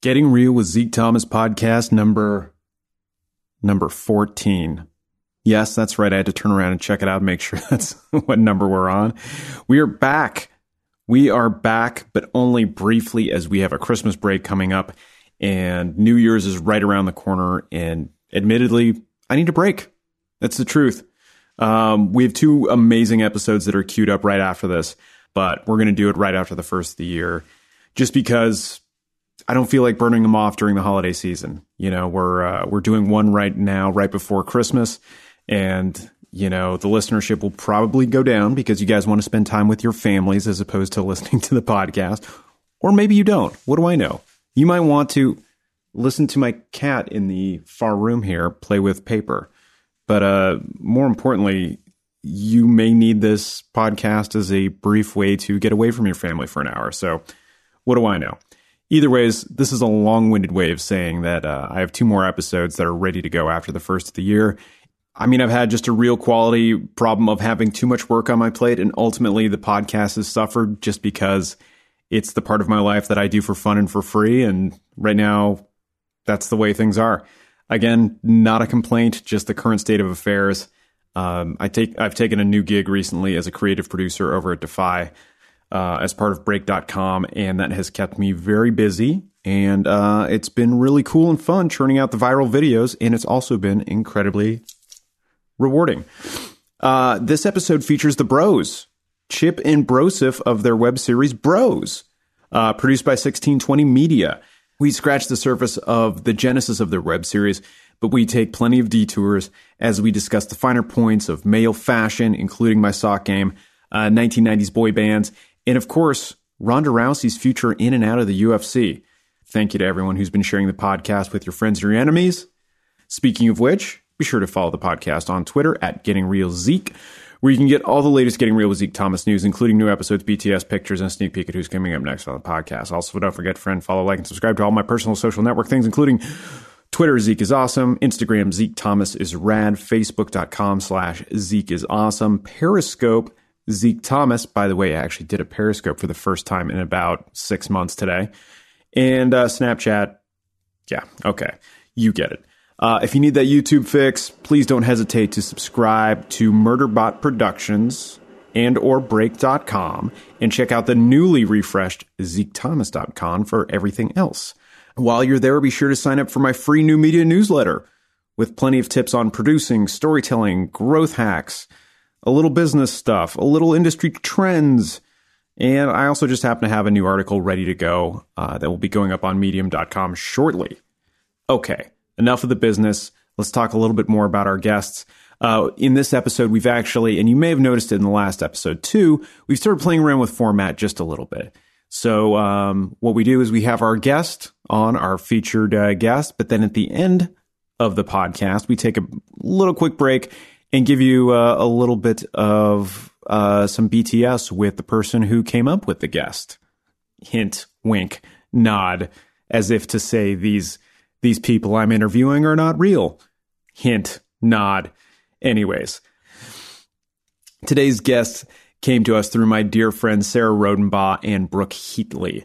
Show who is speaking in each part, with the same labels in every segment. Speaker 1: Getting Real with Zeke Thomas podcast number number 14. Yes, that's right. I had to turn around and check it out and make sure that's what number we're on. We are back. We are back, but only briefly as we have a Christmas break coming up and New Year's is right around the corner. And admittedly, I need a break. That's the truth. Um, we have two amazing episodes that are queued up right after this, but we're going to do it right after the first of the year just because I don't feel like burning them off during the holiday season. You know, we're uh, we're doing one right now, right before Christmas, and you know the listenership will probably go down because you guys want to spend time with your families as opposed to listening to the podcast, or maybe you don't. What do I know? You might want to listen to my cat in the far room here play with paper, but uh, more importantly. You may need this podcast as a brief way to get away from your family for an hour. So, what do I know? Either ways, this is a long winded way of saying that uh, I have two more episodes that are ready to go after the first of the year. I mean, I've had just a real quality problem of having too much work on my plate, and ultimately the podcast has suffered just because it's the part of my life that I do for fun and for free. And right now, that's the way things are. Again, not a complaint, just the current state of affairs. Um, I take I've taken a new gig recently as a creative producer over at Defy uh, as part of break.com and that has kept me very busy and uh, it's been really cool and fun churning out the viral videos and it's also been incredibly rewarding uh, this episode features the bros chip and brosif of their web series bros uh, produced by 1620 media we scratch the surface of the genesis of their web series but we take plenty of detours as we discuss the finer points of male fashion including my sock game uh, 1990s boy bands and of course, Ronda Rousey's future in and out of the UFC. Thank you to everyone who's been sharing the podcast with your friends and your enemies. Speaking of which, be sure to follow the podcast on Twitter at Getting Real Zeke, where you can get all the latest Getting Real with Zeke Thomas news, including new episodes, BTS pictures, and a sneak peek at who's coming up next on the podcast. Also, don't forget, friend, follow, like, and subscribe to all my personal social network things, including Twitter, Zeke is awesome. Instagram, Zeke Thomas is rad. Facebook.com slash Zeke is awesome. Periscope, Zeke Thomas. By the way, I actually did a Periscope for the first time in about six months today. And uh, Snapchat, yeah, okay, you get it. Uh, if you need that YouTube fix, please don't hesitate to subscribe to Murderbot Productions and or break.com and check out the newly refreshed zekethomas.com for everything else. While you're there, be sure to sign up for my free new media newsletter with plenty of tips on producing, storytelling, growth hacks, a little business stuff, a little industry trends. And I also just happen to have a new article ready to go uh, that will be going up on medium.com shortly. Okay, enough of the business. Let's talk a little bit more about our guests. Uh, in this episode, we've actually, and you may have noticed it in the last episode too, we've started playing around with format just a little bit. So, um, what we do is we have our guest on, our featured uh, guest, but then at the end of the podcast, we take a little quick break and give you uh, a little bit of uh, some BTS with the person who came up with the guest. Hint, wink, nod, as if to say these these people I'm interviewing are not real. Hint, nod. Anyways, today's guest came to us through my dear friends Sarah Rodenbaugh and Brooke Heatley.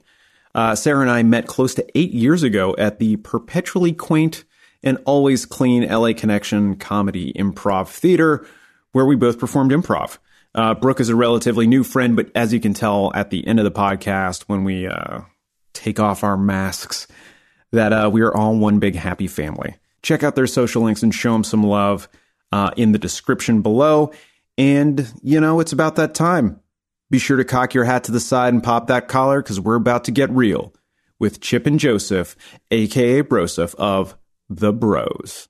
Speaker 1: Uh, Sarah and I met close to eight years ago at the perpetually quaint and always clean LA Connection comedy improv theater where we both performed improv. Uh, Brooke is a relatively new friend, but as you can tell at the end of the podcast, when we uh, take off our masks, that uh, we are all one big happy family. Check out their social links and show them some love uh, in the description below. And, you know, it's about that time. Be sure to cock your hat to the side and pop that collar because we're about to get real with Chip and Joseph, aka Broseph of the Bros.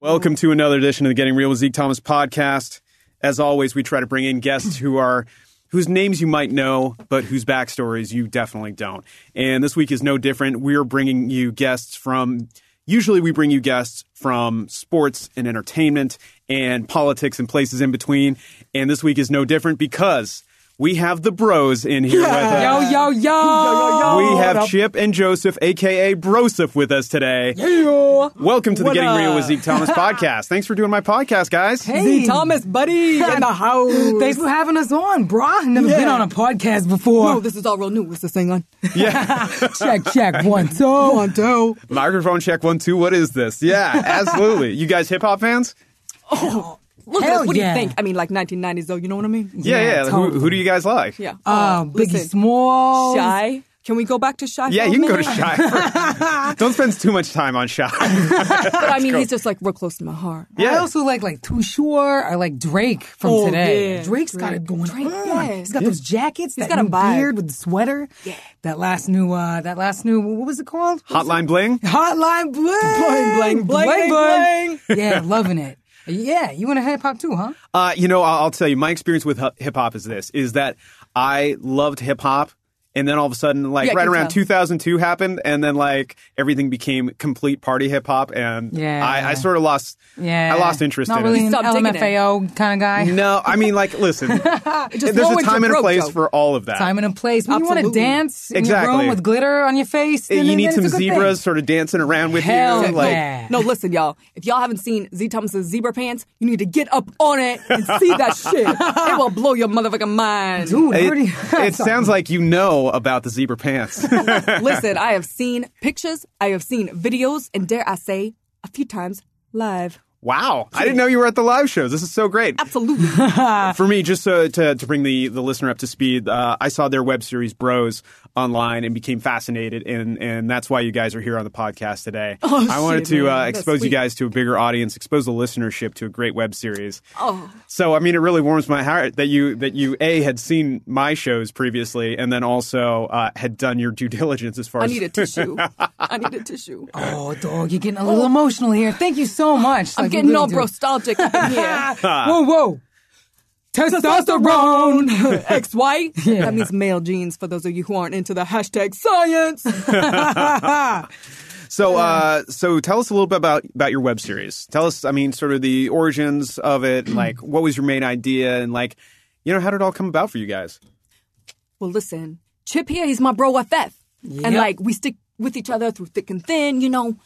Speaker 1: Welcome to another edition of the Getting Real with Zeke Thomas podcast. As always, we try to bring in guests who are whose names you might know, but whose backstories you definitely don't. And this week is no different. We are bringing you guests from usually we bring you guests from sports and entertainment and politics and places in between. And this week is no different because We have the bros in here with us.
Speaker 2: Yo, yo, yo.
Speaker 1: We have Chip and Joseph, aka Broseph, with us today. Welcome to the
Speaker 3: What
Speaker 1: Getting Real with
Speaker 3: up?
Speaker 1: Zeke Thomas podcast. Thanks for doing my podcast, guys.
Speaker 2: Z Thomas, buddy. in the house.
Speaker 3: Thanks for having us on, brah. Never
Speaker 2: Been on a podcast before.
Speaker 3: No, this is all real new. What's this thing on?
Speaker 1: Yeah.
Speaker 2: check, check. One, two.
Speaker 3: One, two.
Speaker 1: Microphone check one, two. What is this? Yeah, absolutely. You guys hip hop fans?
Speaker 3: Look at
Speaker 2: Hell
Speaker 3: us. What
Speaker 2: yeah.
Speaker 3: do you think? I mean, like 1990s, though. You know what I mean?
Speaker 1: Yeah, yeah.
Speaker 2: Yeah,
Speaker 1: Who, who do you guys like?
Speaker 3: Yeah.
Speaker 2: Uh, Biggie
Speaker 3: Um, listen,
Speaker 2: Smalls.
Speaker 3: Shy. Can we go back to Shy?
Speaker 1: Yeah,
Speaker 3: for a
Speaker 1: you can go to
Speaker 3: minute?
Speaker 1: Shy. first. Don't spend too much time on Shy.
Speaker 3: But I mean, he's just like real close to my heart.
Speaker 1: Yeah.
Speaker 2: I also like like Too Short. I like Drake from
Speaker 3: Oh,
Speaker 2: today.
Speaker 3: yeah.
Speaker 2: Drake's got
Speaker 3: Drake.
Speaker 2: it going
Speaker 3: Drake,
Speaker 2: on.
Speaker 3: yeah.
Speaker 2: He's got those jackets. He's that
Speaker 3: got a
Speaker 2: new
Speaker 3: vibe.
Speaker 2: beard with the sweater. Yeah. That last new. uh That last new. What was it called?
Speaker 1: Hotline Bling?
Speaker 2: Hotline Bling.
Speaker 3: Bling, bling, bling,
Speaker 2: yeah, loving it. Yeah, you into hip hop too, huh?
Speaker 1: Uh, you know, I'll, I'll tell you, my experience with hip hop is this: is that I loved hip hop, and then all of a sudden, like
Speaker 3: Yeah, I
Speaker 1: right
Speaker 3: can
Speaker 1: around
Speaker 3: tell.
Speaker 1: 2002 happened, and then like everything became complete party hip hop, and
Speaker 2: Yeah.
Speaker 1: I, I sort of lost,
Speaker 2: Yeah.
Speaker 1: I lost interest
Speaker 2: Not
Speaker 1: in
Speaker 2: really
Speaker 1: it.
Speaker 2: an
Speaker 3: Stop digging it.
Speaker 2: LMFAO kind of guy.
Speaker 1: No, I mean, like, listen,
Speaker 3: Just
Speaker 1: there's
Speaker 3: go
Speaker 1: a
Speaker 3: with your
Speaker 1: time and a
Speaker 3: broke
Speaker 1: place
Speaker 3: joke.
Speaker 1: for all of that.
Speaker 2: Time and a place. When you want to
Speaker 3: Absolutely.
Speaker 2: dance in your
Speaker 1: Exactly.
Speaker 2: room with glitter on your face,
Speaker 1: Uh,
Speaker 2: then,
Speaker 1: you need
Speaker 2: then
Speaker 1: some
Speaker 2: it's a good thing.
Speaker 1: zebras sort of dancing around with
Speaker 2: Hell
Speaker 1: you.
Speaker 2: yeah.
Speaker 1: Like,
Speaker 3: No, listen, y'all. If y'all haven't seen Z Thomas's zebra pants, you need to get up on it and see that shit. It will blow your motherfucking mind.
Speaker 2: Dude, I already-
Speaker 1: It, it sounds like you know about the zebra pants.
Speaker 3: Listen, I have seen pictures, I have seen videos, and dare I say, a few times live.
Speaker 1: wow. I didn't know you were at the live shows. This is so great.
Speaker 3: Absolutely. Uh,
Speaker 1: For me, just so, to, to bring the, the listener up to speed, uh, I saw their web series Bros online and became fascinated, and, and that's why you guys are here on the podcast today.
Speaker 3: Oh,
Speaker 1: I wanted
Speaker 3: shit,
Speaker 1: to
Speaker 3: man.
Speaker 1: uh,
Speaker 3: That's
Speaker 1: expose you
Speaker 3: sweet.
Speaker 1: guys to a bigger audience, expose the listenership to a great web series.
Speaker 3: Oh.
Speaker 1: So, I mean, it really warms my heart that you that you a had seen my shows previously, and then also uh, had done your due diligence as far
Speaker 3: I
Speaker 1: as
Speaker 3: need a tissue. I need a tissue.
Speaker 2: Oh, dog, you're getting a little emotional here. Thank you so much.
Speaker 3: I'm
Speaker 2: Like, you
Speaker 3: getting
Speaker 2: really
Speaker 3: all
Speaker 2: do.
Speaker 3: nostalgic up in here.
Speaker 2: Whoa, whoa. Testosterone.
Speaker 3: Testosterone, ex-wife. That means male genes. For those of you who aren't into the hashtag science,
Speaker 1: So, uh, so tell us a little bit about about your web series. Tell us, I mean, sort of the origins of it. like, what was your main idea, and like, you know, how did it all come about for you guys?
Speaker 3: well, listen, Chip here, he's my bro FF.
Speaker 2: Yep.
Speaker 3: And like, we stick with each other through thick and thin, you know.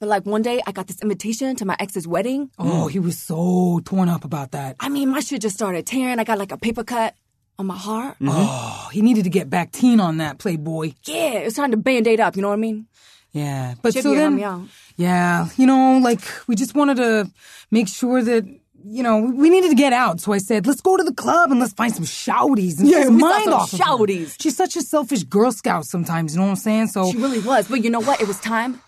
Speaker 3: But like, one day I got this invitation to my ex's wedding.
Speaker 2: Oh, he was so torn up about that.
Speaker 3: I mean, my shit just started tearing. I got like a paper cut on my heart.
Speaker 2: Oh, he needed to get back teen on that, Playboy.
Speaker 3: Yeah, it's time to band aid up, you know what I mean?
Speaker 2: Yeah, but
Speaker 3: Should
Speaker 2: so
Speaker 3: be
Speaker 2: then,
Speaker 3: help me out.
Speaker 2: yeah, you know, like we just wanted to make sure that you know we- we needed to get out. So I said, let's go to the club and let's find some shouties and
Speaker 3: Yeah,
Speaker 2: get some
Speaker 3: we saw
Speaker 2: mind
Speaker 3: some
Speaker 2: off of her.
Speaker 3: shouties.
Speaker 2: She's such a selfish Girl Scout sometimes. You know what I'm saying? So
Speaker 3: She really was. But you know what? It was time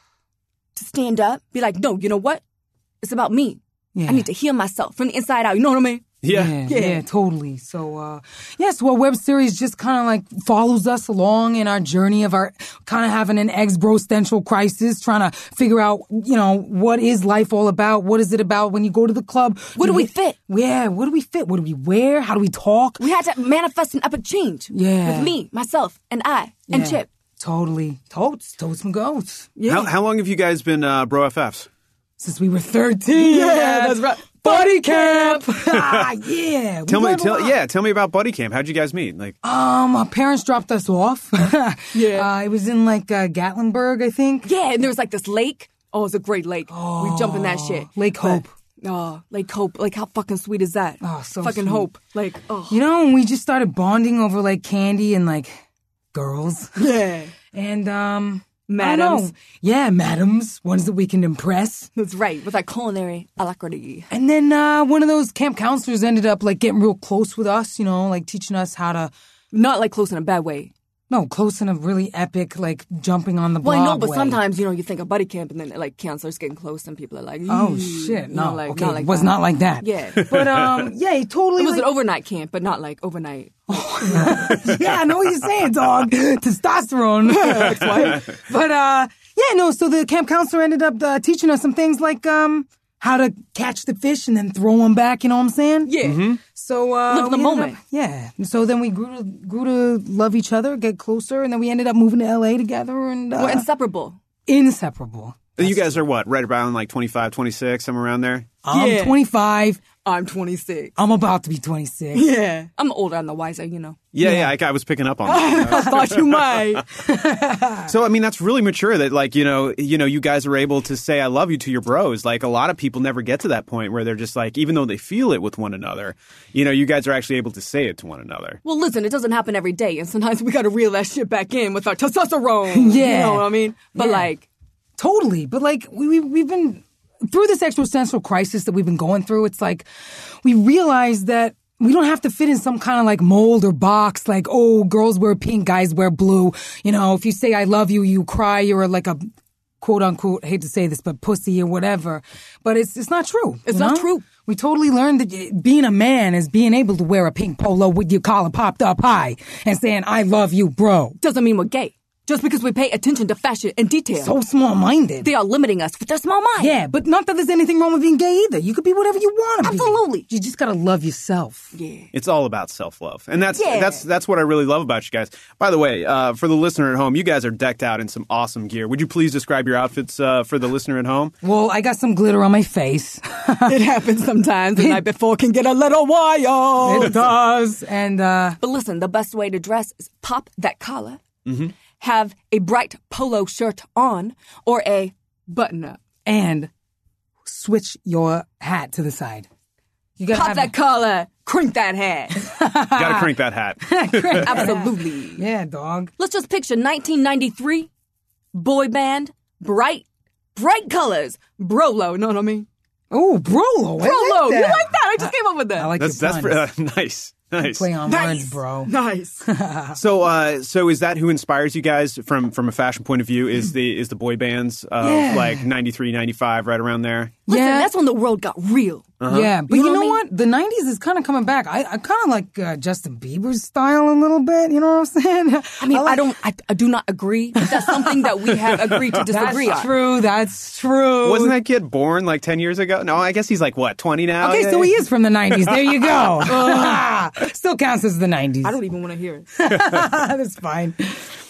Speaker 3: to stand up, be like, no, you know what? It's about me.
Speaker 2: Yeah.
Speaker 3: I need to heal myself from the inside out. You know what I mean?
Speaker 2: Yeah, yeah, totally. So, uh, yes, well, web series just kind of like follows us along in our journey of our kind of having an existential crisis, trying to figure out, you know, what is life all about? What is it about when you go to the club?
Speaker 3: Where do we fit?
Speaker 2: Yeah, where do we fit? What do we wear? How do we talk?
Speaker 3: We had to manifest an epic change.
Speaker 2: Yeah.
Speaker 3: With me, myself, and I, and
Speaker 2: Yeah,
Speaker 3: Chip.
Speaker 2: Totally. Totes, totes and goats.
Speaker 3: Yeah.
Speaker 1: How, how long have you guys been uh, bro FFs?
Speaker 2: Since we were 13.
Speaker 3: Yeah, that's right.
Speaker 2: Buddy camp. ah, yeah. We
Speaker 1: Tell me,
Speaker 2: learned a
Speaker 1: tell
Speaker 2: lot.
Speaker 1: yeah, tell me about Buddy Camp. How'd you guys meet? Like,
Speaker 2: Um, our parents dropped us off.
Speaker 3: Yeah.
Speaker 2: uh, it was in like uh, Gatlinburg, I think.
Speaker 3: yeah, and there was like this lake. Oh, it's a great lake. We jump in that shit.
Speaker 2: Oh. Lake Hope.
Speaker 3: Oh, Lake Hope. Like, how fucking sweet is that?
Speaker 2: Oh, so
Speaker 3: Fucking
Speaker 2: sweet.
Speaker 3: Hope. Like, oh.
Speaker 2: You know, and we just started bonding over like candy and like girls
Speaker 3: Yeah.
Speaker 2: and um I don't
Speaker 3: Madams.
Speaker 2: know. Yeah, madams, ones that we can impress.
Speaker 3: That's right, with our culinary alacrity.
Speaker 2: And then uh one of those camp counselors ended up like getting real close with us, you know, like teaching us how to
Speaker 3: Not like close in a bad way.
Speaker 2: no, close in a really epic, like jumping on the
Speaker 3: Well,
Speaker 2: blob
Speaker 3: I know, but
Speaker 2: way.
Speaker 3: sometimes you know you think of buddy camp, and then like counselors getting close, and people are like,
Speaker 2: Oh
Speaker 3: "Ew,"
Speaker 2: shit!
Speaker 3: you
Speaker 2: No,
Speaker 3: know, like,
Speaker 2: okay,
Speaker 3: not like
Speaker 2: it was
Speaker 3: that.
Speaker 2: not like that.
Speaker 3: Yeah.
Speaker 2: but um, yeah, he totally
Speaker 3: It was
Speaker 2: like,
Speaker 3: an overnight camp, but not like overnight.
Speaker 2: Oh. yeah, I know what you're saying, dog. Testosterone. That's why. But uh, yeah, no. So the camp counselor ended up uh, teaching us some things like um how to catch the fish and then throw them back. You know what I'm saying?
Speaker 3: Yeah,
Speaker 2: So uh,
Speaker 3: Live the
Speaker 2: we ended
Speaker 3: moment.
Speaker 2: up- yeah. And So then we grew to grew to love each other, get closer, and then we ended up moving to L.A. together and uh,
Speaker 3: we're inseparable.
Speaker 2: inseparable.
Speaker 1: you guys are what? Right around like 25, 26, somewhere around there.
Speaker 2: I'm
Speaker 3: Yeah.
Speaker 2: 25.
Speaker 3: I'm 26.
Speaker 2: I'm about to be 26.
Speaker 3: Yeah. I'm older and the wiser, you know.
Speaker 1: Yeah, yeah, I, I was picking up on that.
Speaker 3: I thought you might.
Speaker 1: So I mean, that's really mature. That like you know, you know, you guys are able to say "I love you" to your bros. Like a lot of people never get to that point where they're just like, even though they feel it with one another, you know, you guys are actually able to say it to one another.
Speaker 3: Well, listen, it doesn't happen every day, and sometimes we gotta reel that shit back in with our testosterone. You
Speaker 2: Yeah.
Speaker 3: know what I mean? But
Speaker 2: Yeah.
Speaker 3: like,
Speaker 2: Totally. But like we, we we've been through this existential crisis that we've been going through. It's like we realize that we don't have to fit in some kind of like mold or box like oh girls wear pink guys wear blue you know if you say i love you you cry you're like a quote unquote hate to say this but pussy or whatever but it's it's not true
Speaker 3: It's
Speaker 2: you
Speaker 3: not
Speaker 2: know?
Speaker 3: true.
Speaker 2: we totally learned that y- being a man is being able to wear a pink polo with your collar popped up high and saying i love you bro
Speaker 3: doesn't mean we're gay. Just because we pay attention to fashion and detail,
Speaker 2: so small minded
Speaker 3: they are limiting us with their small mind.
Speaker 2: Yeah, but not that there's anything wrong with being gay either. You could be whatever you want to be.
Speaker 3: Absolutely.
Speaker 2: You just gotta love yourself.
Speaker 1: It's all about self love, and that's
Speaker 3: Yeah.
Speaker 1: that's that's what I really love about you guys. By the way, uh, for the listener at home, you guys are decked out in some awesome gear. Would you please describe your outfits uh, for the listener at home?
Speaker 2: Well, I got some glitter on my face.
Speaker 3: it happens sometimes. The night before can get a little wild.
Speaker 2: it does. And uh
Speaker 3: But listen, the best way to dress is pop that collar,
Speaker 2: Mm-hmm.
Speaker 3: have a bright polo shirt on, or a button up.
Speaker 2: and switch your hat to the side. You gotta
Speaker 3: Pop
Speaker 2: have
Speaker 3: that collar, crank that hat.
Speaker 1: Got to crank that hat.
Speaker 3: Absolutely.
Speaker 2: Yeah, dog.
Speaker 3: Let's just picture 1993, boy band, bright, bright colors, Brolo. Know what I mean?
Speaker 2: Oh, Brolo. I
Speaker 3: Brolo.
Speaker 2: Like
Speaker 3: you
Speaker 2: that.
Speaker 3: like that? I just came up with that.
Speaker 2: I like
Speaker 1: That's
Speaker 2: your
Speaker 1: that's
Speaker 2: puns.
Speaker 1: uh, nice, nice.
Speaker 2: Play on
Speaker 3: nice,
Speaker 2: words, bro.
Speaker 3: Nice.
Speaker 1: So, uh, so is that who inspires you guys from from a fashion point of view? Is the is the boy bands of
Speaker 2: Yeah.
Speaker 1: like 93, 95, right around there?
Speaker 3: Listen,
Speaker 2: Yeah.
Speaker 3: that's when the world got real.
Speaker 1: Uh-huh.
Speaker 2: Yeah, but
Speaker 3: You
Speaker 2: you,
Speaker 3: know
Speaker 2: know,
Speaker 3: what
Speaker 2: what? The '90s is kind of coming back. I, I kind of like uh, Justin Bieber's style a little bit. You know what I'm saying?
Speaker 3: I mean, I,
Speaker 2: like-
Speaker 3: don't, I, I do not agree. but That's something that we have agreed to
Speaker 2: That's
Speaker 3: disagree on.
Speaker 2: true. That's true.
Speaker 1: Wasn't that kid born like ten years ago? No, I guess he's like what twenty now. Oh,
Speaker 2: Okay,
Speaker 1: Yeah,
Speaker 2: so
Speaker 1: yeah.
Speaker 2: he is from the 90s. There you go. Still counts as the 90s.
Speaker 3: I don't even want to hear it.
Speaker 2: That's fine.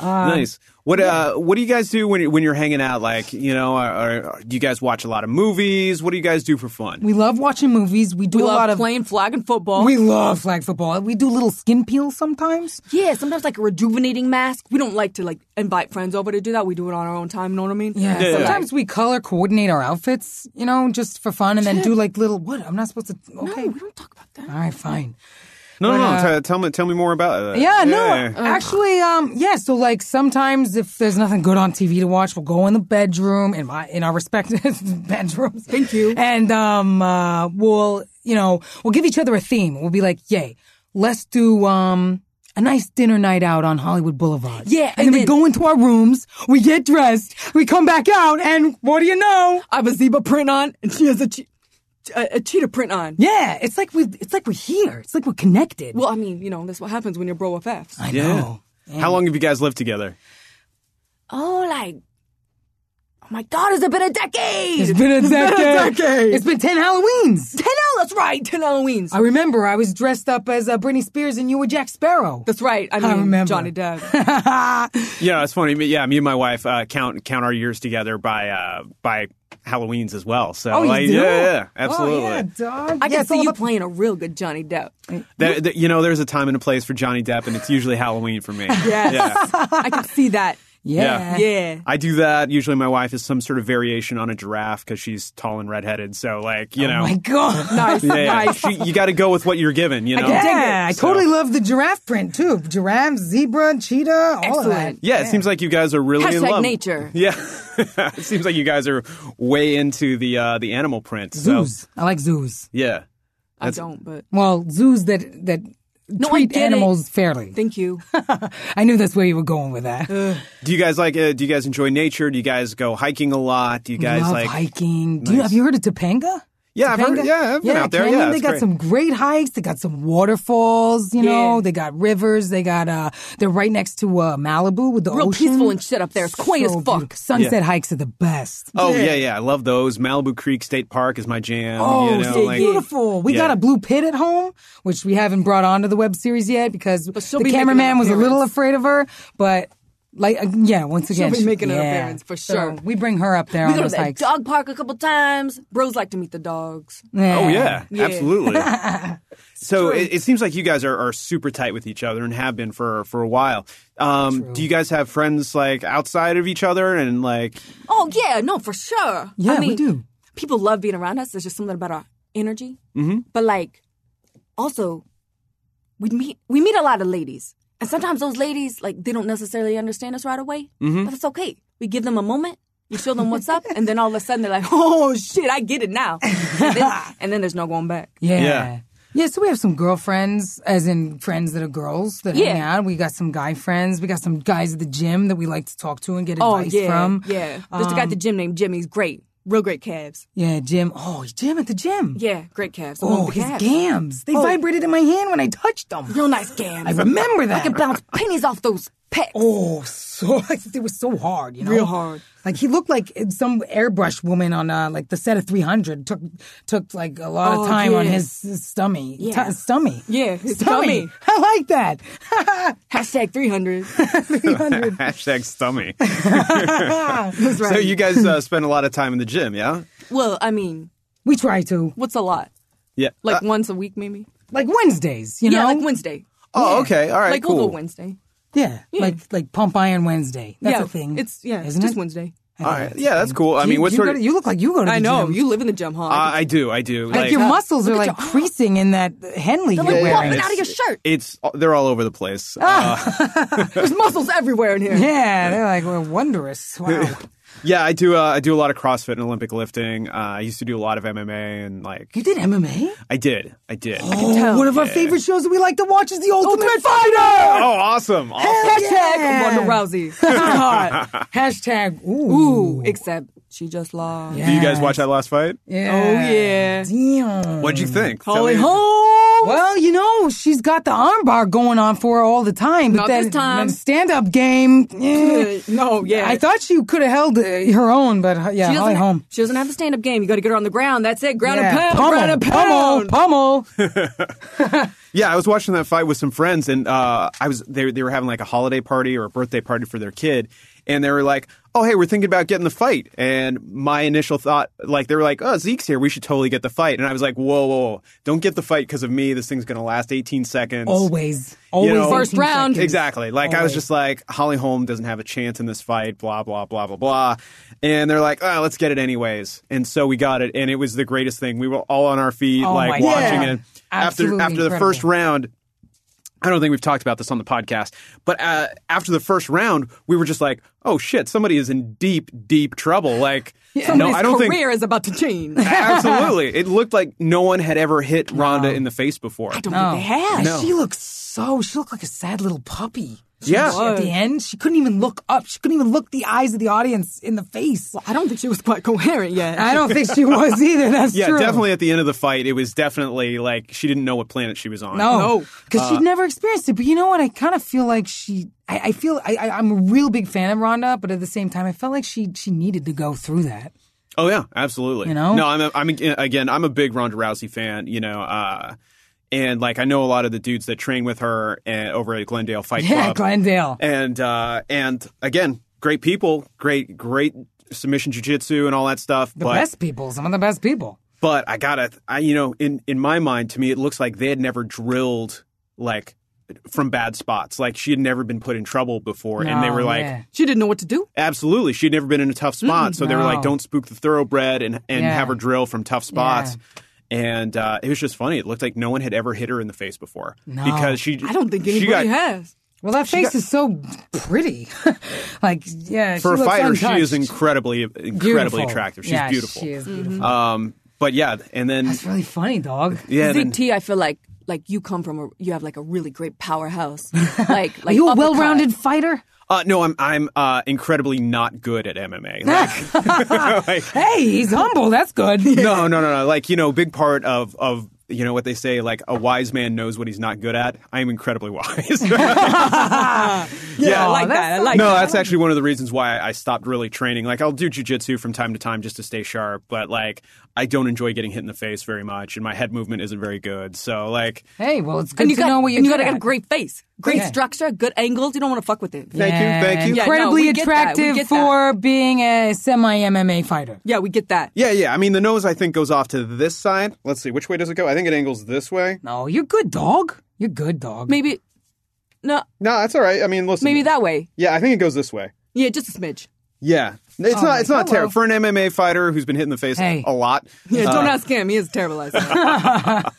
Speaker 1: nice. What uh, what do you guys do when you- when you're hanging out? Like, you know, are, are, are- do you guys watch a lot of movies? What do you guys do for fun?
Speaker 2: We love watching movies. We do
Speaker 3: We
Speaker 2: a lot
Speaker 3: love
Speaker 2: of.
Speaker 3: playing flag and football.
Speaker 2: we love flag football. We do little skin peels sometimes.
Speaker 3: yeah, sometimes like a rejuvenating mask. We don't like to like invite friends over to do that. We do it on our own time. You know what I mean?
Speaker 2: Yeah.
Speaker 1: Yeah.
Speaker 2: Sometimes we color coordinate our outfits, you know, just for fun, and then do like little. What? I'm not supposed to. Okay.
Speaker 3: we don't talk about that.
Speaker 2: All right, fine.
Speaker 1: No, no, no.
Speaker 2: uh,
Speaker 1: tell- tell me, tell me more about uh, that.
Speaker 2: Yeah, no. Actually, um, yeah. So like sometimes if there's nothing good on TV to watch, we'll go in the bedroom in my in our respective bedrooms.
Speaker 3: Thank you.
Speaker 2: And um, uh, we'll you know we'll give each other a theme. We'll be like, yay, let's do um. A nice dinner night out on Hollywood Boulevard.
Speaker 3: Yeah,
Speaker 2: and,
Speaker 3: and
Speaker 2: then, we
Speaker 3: then-
Speaker 2: go into our rooms, we get dressed, we come back out, and what do you know?
Speaker 3: I have a zebra print on, and she has a, che- a, a cheetah print on.
Speaker 2: Yeah, it's like we, it's like we're here. It's like we're connected.
Speaker 3: Well, I mean, you know, that's what happens when you're bro FFs.
Speaker 2: I
Speaker 1: Yeah.
Speaker 2: know.
Speaker 1: How long have you guys lived together?
Speaker 3: Oh, like, oh my God, it's been a decade.
Speaker 2: It's been a decade.
Speaker 3: decade.
Speaker 2: It's been ten Halloweens.
Speaker 3: ten Hell, that's right, ten Halloweens.
Speaker 2: I remember I was dressed up as uh, Britney Spears and you were Jack Sparrow.
Speaker 3: that's right. I mean,
Speaker 2: remember.
Speaker 3: Johnny Depp.
Speaker 1: Yeah, it's funny. Me- Yeah, me and my wife uh, count count our years together by uh, by Halloween's as well. So,
Speaker 2: you
Speaker 1: like,
Speaker 2: do?
Speaker 1: yeah, yeah,
Speaker 2: Oh,
Speaker 1: absolutely.
Speaker 2: yeah, dog.
Speaker 3: I
Speaker 2: yeah,
Speaker 3: can
Speaker 2: it's all
Speaker 3: see you
Speaker 2: about-
Speaker 3: playing a real good Johnny Depp.
Speaker 1: There- there- you know, there's a time and a place for Johnny Depp, and it's usually Halloween for me.
Speaker 3: Yes.
Speaker 1: Yeah.
Speaker 3: I can see
Speaker 1: Yeah.
Speaker 3: that.
Speaker 2: Yeah.
Speaker 3: Yeah.
Speaker 1: I do that. Usually, my wife is some sort of variation on a giraffe because she's tall and redheaded. So, like, you know,
Speaker 2: Oh my god.
Speaker 3: Nice.
Speaker 1: yeah, yeah.
Speaker 3: Nice.
Speaker 1: She- you got to go with what you're given. You know,
Speaker 2: Yeah,
Speaker 3: dig it.
Speaker 2: I
Speaker 1: So-
Speaker 2: totally love the giraffe print too. Giraffe, zebra, cheetah, all
Speaker 3: Excellent.
Speaker 2: of that.
Speaker 1: Yeah, it seems like you guys are really in
Speaker 3: Hashtag
Speaker 1: love.
Speaker 3: nature.
Speaker 1: Yeah, it seems like you guys are way into the uh, the animal print. So
Speaker 2: Zoos. I like zoos.
Speaker 1: yeah,
Speaker 3: I don't, but
Speaker 2: Well, zoos that that
Speaker 3: I
Speaker 2: treat
Speaker 3: get it.
Speaker 2: animals fairly.
Speaker 3: thank you.
Speaker 2: I knew that's where you were going with that.
Speaker 1: do you guys like? Uh, do you guys enjoy nature? Do you guys go hiking a lot? Do you guys
Speaker 2: love
Speaker 1: like?
Speaker 2: hiking. Do you, have you heard of Topanga?
Speaker 1: Yeah, I've heard-
Speaker 2: Topanga?
Speaker 1: yeah, I've been out there.
Speaker 2: Canyon,
Speaker 1: Yeah,
Speaker 2: they
Speaker 1: it's
Speaker 2: got
Speaker 1: great.
Speaker 2: some great hikes. They got some waterfalls. You know,
Speaker 3: Yeah.
Speaker 2: they got rivers. They got uh, they're right next to uh, Malibu with the
Speaker 3: Real
Speaker 2: ocean.
Speaker 3: peaceful and shit up there. It's quaint
Speaker 2: So
Speaker 3: as fuck.
Speaker 2: beautiful. Sunset hikes are the best.
Speaker 1: Oh yeah. yeah, I love those. Malibu Creek State Park is my jam.
Speaker 2: Oh,
Speaker 1: you know,
Speaker 2: so
Speaker 1: like-
Speaker 2: beautiful! We
Speaker 1: Yeah.
Speaker 2: got a blue pit at home, which we haven't brought onto the web series yet because
Speaker 3: she'll
Speaker 2: the
Speaker 3: be making an
Speaker 2: cameraman was a little
Speaker 3: appearance.
Speaker 2: afraid of her. But Like uh, yeah, once again,
Speaker 3: be making an
Speaker 2: yeah.
Speaker 3: appearance for
Speaker 2: So
Speaker 3: sure.
Speaker 2: we bring her up there
Speaker 3: We
Speaker 2: on
Speaker 3: go to
Speaker 2: those
Speaker 3: the
Speaker 2: hikes.
Speaker 3: dog park a couple times. Bros like to meet the dogs.
Speaker 1: Oh yeah,
Speaker 3: Yeah.
Speaker 1: absolutely. so it, it seems like you guys are, are super tight with each other and have been for for a while. Um, do you guys have friends like outside of each other and like?
Speaker 3: Oh yeah, no, for sure.
Speaker 2: Yeah,
Speaker 3: I
Speaker 2: we
Speaker 3: mean,
Speaker 2: do.
Speaker 3: People love being around us. There's just something about our energy. Mm-hmm. But like, also, we meet we meet a lot of ladies, and sometimes those ladies like they don't necessarily understand us right away.
Speaker 2: Mm-hmm.
Speaker 3: But it's okay. We give them a moment. We show them what's up, and then all of a sudden they're like, "Oh shit, I get it now." And then, and then there's no going back.
Speaker 2: Yeah.
Speaker 1: Yeah.
Speaker 2: yeah. so we have some girlfriends, as in friends that are girls that hang
Speaker 3: Yeah.
Speaker 2: out. We got some guy friends. We got some guys at the gym that we like to talk to and get
Speaker 3: Oh
Speaker 2: advice
Speaker 3: yeah,
Speaker 2: from. Um,
Speaker 3: yeah. There's a guy at the gym named Jimmy. He's great, real great calves.
Speaker 2: Yeah, Jim. Oh, Jim at the gym.
Speaker 3: Yeah, Oh. great calves. I
Speaker 2: Oh,
Speaker 3: love the
Speaker 2: his
Speaker 3: calves.
Speaker 2: gams. They vibrated in my hand when I touched them.
Speaker 3: Real nice calves.
Speaker 2: I remember that.
Speaker 3: I can bounce pennies off those pecs.
Speaker 2: Oh, so it was so hard, you know.
Speaker 3: Real hard.
Speaker 2: Like he looked like some airbrush woman on uh, like the set of 300 took took like a lot of
Speaker 3: Oh,
Speaker 2: time on
Speaker 3: yeah.
Speaker 2: his, his stummy.
Speaker 3: Yeah.
Speaker 2: T- stummy.
Speaker 3: Yeah, his
Speaker 2: stummy.
Speaker 3: stummy.
Speaker 2: I like that.
Speaker 3: Hashtag 300.
Speaker 2: 300.
Speaker 1: Hashtag stummy.
Speaker 3: That's right.
Speaker 1: So you guys uh, spend a lot of time in the gym, yeah?
Speaker 3: well, I mean,
Speaker 2: we try to.
Speaker 3: what's a lot?
Speaker 1: Yeah.
Speaker 3: Like
Speaker 1: Uh,
Speaker 3: once a week, maybe?
Speaker 2: Like Wednesdays, you
Speaker 3: yeah,
Speaker 2: know?
Speaker 3: like Wednesday.
Speaker 1: oh, okay. All right.
Speaker 3: like
Speaker 1: cool.
Speaker 3: we'll go Wednesday.
Speaker 2: yeah, like like pump iron Wednesday. That's
Speaker 3: yeah,
Speaker 2: a thing.
Speaker 3: It's yeah,
Speaker 2: isn't
Speaker 3: just
Speaker 2: it?
Speaker 3: Wednesday.
Speaker 2: I
Speaker 1: All
Speaker 2: think
Speaker 1: right.
Speaker 2: that's a
Speaker 1: Yeah, that's
Speaker 2: thing.
Speaker 1: cool. I
Speaker 2: You-
Speaker 1: mean, what
Speaker 2: you
Speaker 1: sort
Speaker 2: go
Speaker 1: of?
Speaker 2: to- you look like you go to the
Speaker 3: I know
Speaker 2: gym.
Speaker 3: you live in the gym, huh?
Speaker 1: Uh, I do. I do.
Speaker 2: like your muscles are
Speaker 3: Look at
Speaker 2: like
Speaker 3: your arm.
Speaker 2: creasing in that Henley
Speaker 3: They're
Speaker 2: you're
Speaker 3: like
Speaker 2: wearing.
Speaker 3: popping out of your shirt.
Speaker 1: It's uh, they're all over the place. Uh,
Speaker 3: There's muscles everywhere in here.
Speaker 2: Yeah, they're like well, wondrous. Wow.
Speaker 1: yeah, I do. Uh, I do a lot of CrossFit and Olympic lifting. Uh, I used to do a lot of MMA and like
Speaker 2: You did MMA?
Speaker 1: I did. I did.
Speaker 2: Oh,
Speaker 3: tell.
Speaker 2: one of our favorite shows that we like to watch is The Ultimate,
Speaker 3: Ultimate
Speaker 2: Fighter.
Speaker 1: Oh, awesome! Awesome.
Speaker 3: Hashtag
Speaker 2: Yeah.
Speaker 3: Ronda Rousey. She's hot.
Speaker 2: Hashtag ooh.
Speaker 3: Ooh, except she just lost.
Speaker 1: Do you guys watch that last fight?
Speaker 2: Yeah.
Speaker 3: Oh, yeah.
Speaker 2: Damn.
Speaker 1: What'd you think? Tell
Speaker 3: Holly
Speaker 1: me-
Speaker 3: Holm.
Speaker 2: Well, you know, she's got the armbar going on for her all the time. But
Speaker 3: Not
Speaker 2: then,
Speaker 3: this time.
Speaker 2: stand up game. eh.
Speaker 3: Uh, no, yeah.
Speaker 2: I thought she could have held uh, her own, but uh, yeah,
Speaker 3: she
Speaker 2: Holly
Speaker 3: doesn't,
Speaker 2: Holm.
Speaker 3: she doesn't have a stand up game. You got to get her on the ground. That's it. Ground
Speaker 2: Yeah.
Speaker 3: and pound. ground
Speaker 2: pummel,
Speaker 3: and pound.
Speaker 2: pummel, pummel.
Speaker 1: Yeah, I was watching that fight with some friends, and uh, I was they, they were having like a holiday party or a birthday party for their kid, and they were like, "Oh, hey, we're thinking about getting the fight." And my initial thought, like, they were like, "Oh, Zeke's here, we should totally get the fight," and I was like, "Whoa, whoa, whoa. don't get the fight because of me. This thing's gonna last 18 seconds."
Speaker 2: Always, always
Speaker 1: know,
Speaker 2: 18
Speaker 1: First
Speaker 3: round.
Speaker 2: seconds.
Speaker 1: Exactly. Like I was
Speaker 2: Always.
Speaker 1: just like Holly Holm doesn't have a chance in this fight. Blah blah blah blah blah. And they're like, oh, let's get it anyways. And so we got it, and it was the greatest thing. We were all on our feet,
Speaker 2: Oh
Speaker 1: like
Speaker 2: my
Speaker 1: watching
Speaker 2: God.
Speaker 1: it.
Speaker 2: Absolutely
Speaker 1: after after the
Speaker 2: incredible.
Speaker 1: first round, I don't think we've talked about this on the podcast, but uh, after the first round, we were just like, oh shit, somebody is in deep deep trouble. Like, no,
Speaker 3: Somebody's
Speaker 1: I don't think.
Speaker 3: career is about to change. I
Speaker 1: Absolutely, it looked like no one had ever hit Ronda in the face before.
Speaker 3: don't think they have.
Speaker 2: And She looks so. She looked like a sad little puppy.
Speaker 1: Yeah.
Speaker 2: She- At the end, she couldn't even look up. She couldn't even look the eyes of the audience in the face.
Speaker 3: I don't think she was quite coherent yet.
Speaker 2: I don't think she was either. That's
Speaker 1: Yeah,
Speaker 2: true.
Speaker 1: definitely at the end of the fight, it was definitely like she didn't know what planet she was on.
Speaker 2: No,
Speaker 3: No.
Speaker 2: Oh. because
Speaker 1: Uh,
Speaker 2: she'd never experienced it. But you know what? I kind of feel like she. I, I feel I, I, I'm a real big fan of Rhonda, but at the same time, I felt like she she needed to go through that.
Speaker 1: Oh yeah, absolutely.
Speaker 2: You know?
Speaker 1: No, I'm a, I'm a- again, I'm a big Ronda Rousey fan. You know, uh, and like I know a lot of the dudes that train with her and, over at Glendale Fight
Speaker 2: Yeah,
Speaker 1: Club.
Speaker 2: Glendale.
Speaker 1: and uh, and again, great people, great great submission jujitsu and all that stuff.
Speaker 2: The
Speaker 1: but
Speaker 2: best people, some of the best people.
Speaker 1: but I gotta, I you know, in in my mind, to me, it looks like they had never drilled like from bad spots. Like she had never been put in trouble before, and they
Speaker 2: No,
Speaker 1: were like.
Speaker 2: yeah.
Speaker 3: She didn't know what to do.
Speaker 1: Absolutely. She'd never been in a tough spot. so they were like,
Speaker 2: no.
Speaker 1: don't spook the thoroughbred and, and
Speaker 2: Yeah.
Speaker 1: have her drill from tough spots. And uh, it was just funny. It looked like no one had ever hit her in the face before.
Speaker 2: No.
Speaker 1: Because she
Speaker 3: I don't think
Speaker 1: she
Speaker 3: anybody
Speaker 1: got,
Speaker 3: has.
Speaker 2: Well, that face is so pretty. like, yeah,
Speaker 1: For
Speaker 2: she
Speaker 1: a
Speaker 2: looks
Speaker 1: fighter, she is
Speaker 2: untouched.
Speaker 1: incredibly incredibly
Speaker 2: Beautiful.
Speaker 1: attractive. She's
Speaker 2: Yeah,
Speaker 1: beautiful.
Speaker 2: She is
Speaker 3: Mm-hmm.
Speaker 2: beautiful.
Speaker 1: Um but yeah, and then
Speaker 2: It's really funny, dog.
Speaker 1: yeah, then,
Speaker 3: Zeke T, I feel like like you come from a you have like a really great powerhouse. like
Speaker 2: Are
Speaker 3: like
Speaker 2: you a
Speaker 3: uppercut.
Speaker 2: well-rounded fighter?
Speaker 1: uh, no, I'm I'm uh, incredibly not good at MMA. Like- like,
Speaker 2: Hey, he's humble. That's good.
Speaker 1: no, no, no, no. Like you know, big part of of you know what they say. Like a wise man knows what he's not good at. I am incredibly wise.
Speaker 3: I
Speaker 1: yeah,
Speaker 3: like
Speaker 2: that's
Speaker 3: that. I
Speaker 2: so
Speaker 3: like
Speaker 1: no,
Speaker 3: that.
Speaker 1: that's actually one of the reasons why I stopped really training. Like, I'll do jujitsu from time to time just to stay sharp, but like, I- I don't enjoy getting hit in the face very much, and my head movement isn't very good. So like,
Speaker 2: Hey, well, it's good
Speaker 3: And you
Speaker 2: to
Speaker 3: got,
Speaker 2: know what you're
Speaker 3: and you got
Speaker 2: good
Speaker 3: a
Speaker 2: at.
Speaker 3: great face, great
Speaker 2: Yeah.
Speaker 3: structure, good angles. You don't want to fuck with it.
Speaker 1: thank you, thank you.
Speaker 2: And
Speaker 3: Yeah, no,
Speaker 2: Incredibly
Speaker 3: we get that, we
Speaker 2: attractive
Speaker 3: get that.
Speaker 2: for being a semi MMA fighter.
Speaker 3: Yeah, we get that.
Speaker 1: Yeah, yeah. I mean, the nose I think goes off to this side. Let's see, which way does it go? I think it angles this way.
Speaker 2: No, you're good, dog. You're good, dog.
Speaker 3: Maybe, no,
Speaker 1: No, that's all right. I mean, listen.
Speaker 3: maybe that way.
Speaker 1: Yeah, I think it goes this way.
Speaker 3: Yeah, just a smidge.
Speaker 1: Yeah, it's
Speaker 3: Oh
Speaker 2: my-
Speaker 1: not. It's not
Speaker 2: hello.
Speaker 1: terrible for an MMA fighter who's been hit in the face
Speaker 2: Hey.
Speaker 1: a lot.
Speaker 3: Yeah, don't ask him. He is terrible at that.